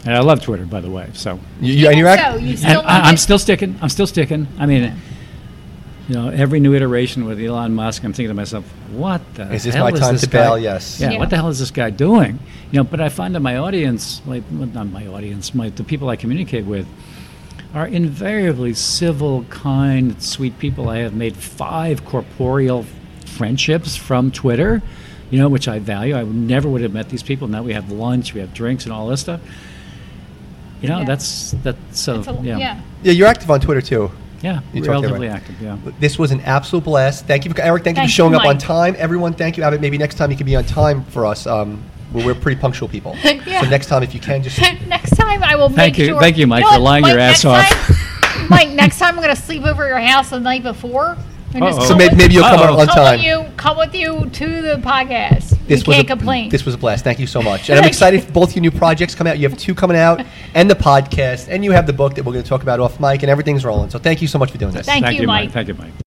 Speaker 1: and I love Twitter, by the way. So,
Speaker 3: You, you, and you're
Speaker 2: So
Speaker 3: act-
Speaker 2: you
Speaker 1: and
Speaker 2: still
Speaker 1: I,
Speaker 2: love
Speaker 1: I'm
Speaker 2: it?
Speaker 1: still sticking. I'm still sticking. I mean, you know, every new iteration with Elon Musk, I'm thinking to myself, what the
Speaker 3: Is this
Speaker 1: hell
Speaker 3: my time
Speaker 1: this
Speaker 3: to
Speaker 1: guy-
Speaker 3: bail? Yes.
Speaker 1: Yeah,
Speaker 2: Yeah.
Speaker 1: What the hell is this guy doing? You know, but I find that my audience, like well, not my audience, my the people I communicate with. Are invariably civil, kind, sweet people. I have made five corporeal friendships from Twitter, you know, which I value. I never would have met these people. Now we have lunch, we have drinks, and all this stuff. You know,
Speaker 2: Yeah.
Speaker 1: that's that's so
Speaker 2: It's a-
Speaker 1: yeah,
Speaker 2: yeah.
Speaker 3: yeah, you're active on Twitter too.
Speaker 1: yeah,
Speaker 3: You talked
Speaker 1: relatively
Speaker 3: about-
Speaker 1: active. Yeah.
Speaker 3: This was an absolute blast. Thank you, for, Eric. Thank, you
Speaker 2: Thank
Speaker 3: for
Speaker 2: you,
Speaker 3: showing up on
Speaker 2: Mike.
Speaker 3: time. Everyone, thank you, Abbott. Maybe next time you can be on time for us. Um, we're, we're pretty punctual people.
Speaker 2: [laughs] Yeah.
Speaker 3: So next time, if you
Speaker 2: [laughs]
Speaker 3: can, just [laughs]
Speaker 2: next time I will
Speaker 1: Thank
Speaker 2: make
Speaker 1: you-
Speaker 2: sure.
Speaker 1: thank you, Mike,
Speaker 2: know
Speaker 1: for
Speaker 2: what,
Speaker 1: lying your ass
Speaker 2: next
Speaker 1: off.
Speaker 2: time- Mike, next time I'm going to sleep over at your house the night before. And
Speaker 1: Uh-oh.
Speaker 2: just
Speaker 1: So
Speaker 2: come
Speaker 3: may-
Speaker 2: with-
Speaker 3: maybe you'll come
Speaker 1: Uh-oh.
Speaker 3: out on
Speaker 2: come
Speaker 3: time.
Speaker 2: With you, come with you to the podcast.
Speaker 3: This
Speaker 2: you
Speaker 3: was
Speaker 2: can't
Speaker 3: a,
Speaker 2: complain.
Speaker 3: This was a blast. Thank you
Speaker 2: [laughs]
Speaker 3: so much. And I'm
Speaker 2: Thank
Speaker 3: excited for both your new projects coming out. You have two
Speaker 2: [laughs]
Speaker 3: coming out, and the podcast, and you have the book that we're going to talk about off mic, and everything's rolling. So thank you so much for doing this.
Speaker 2: Thank you,
Speaker 1: Mike.
Speaker 2: Mike.
Speaker 1: Thank you, Mike.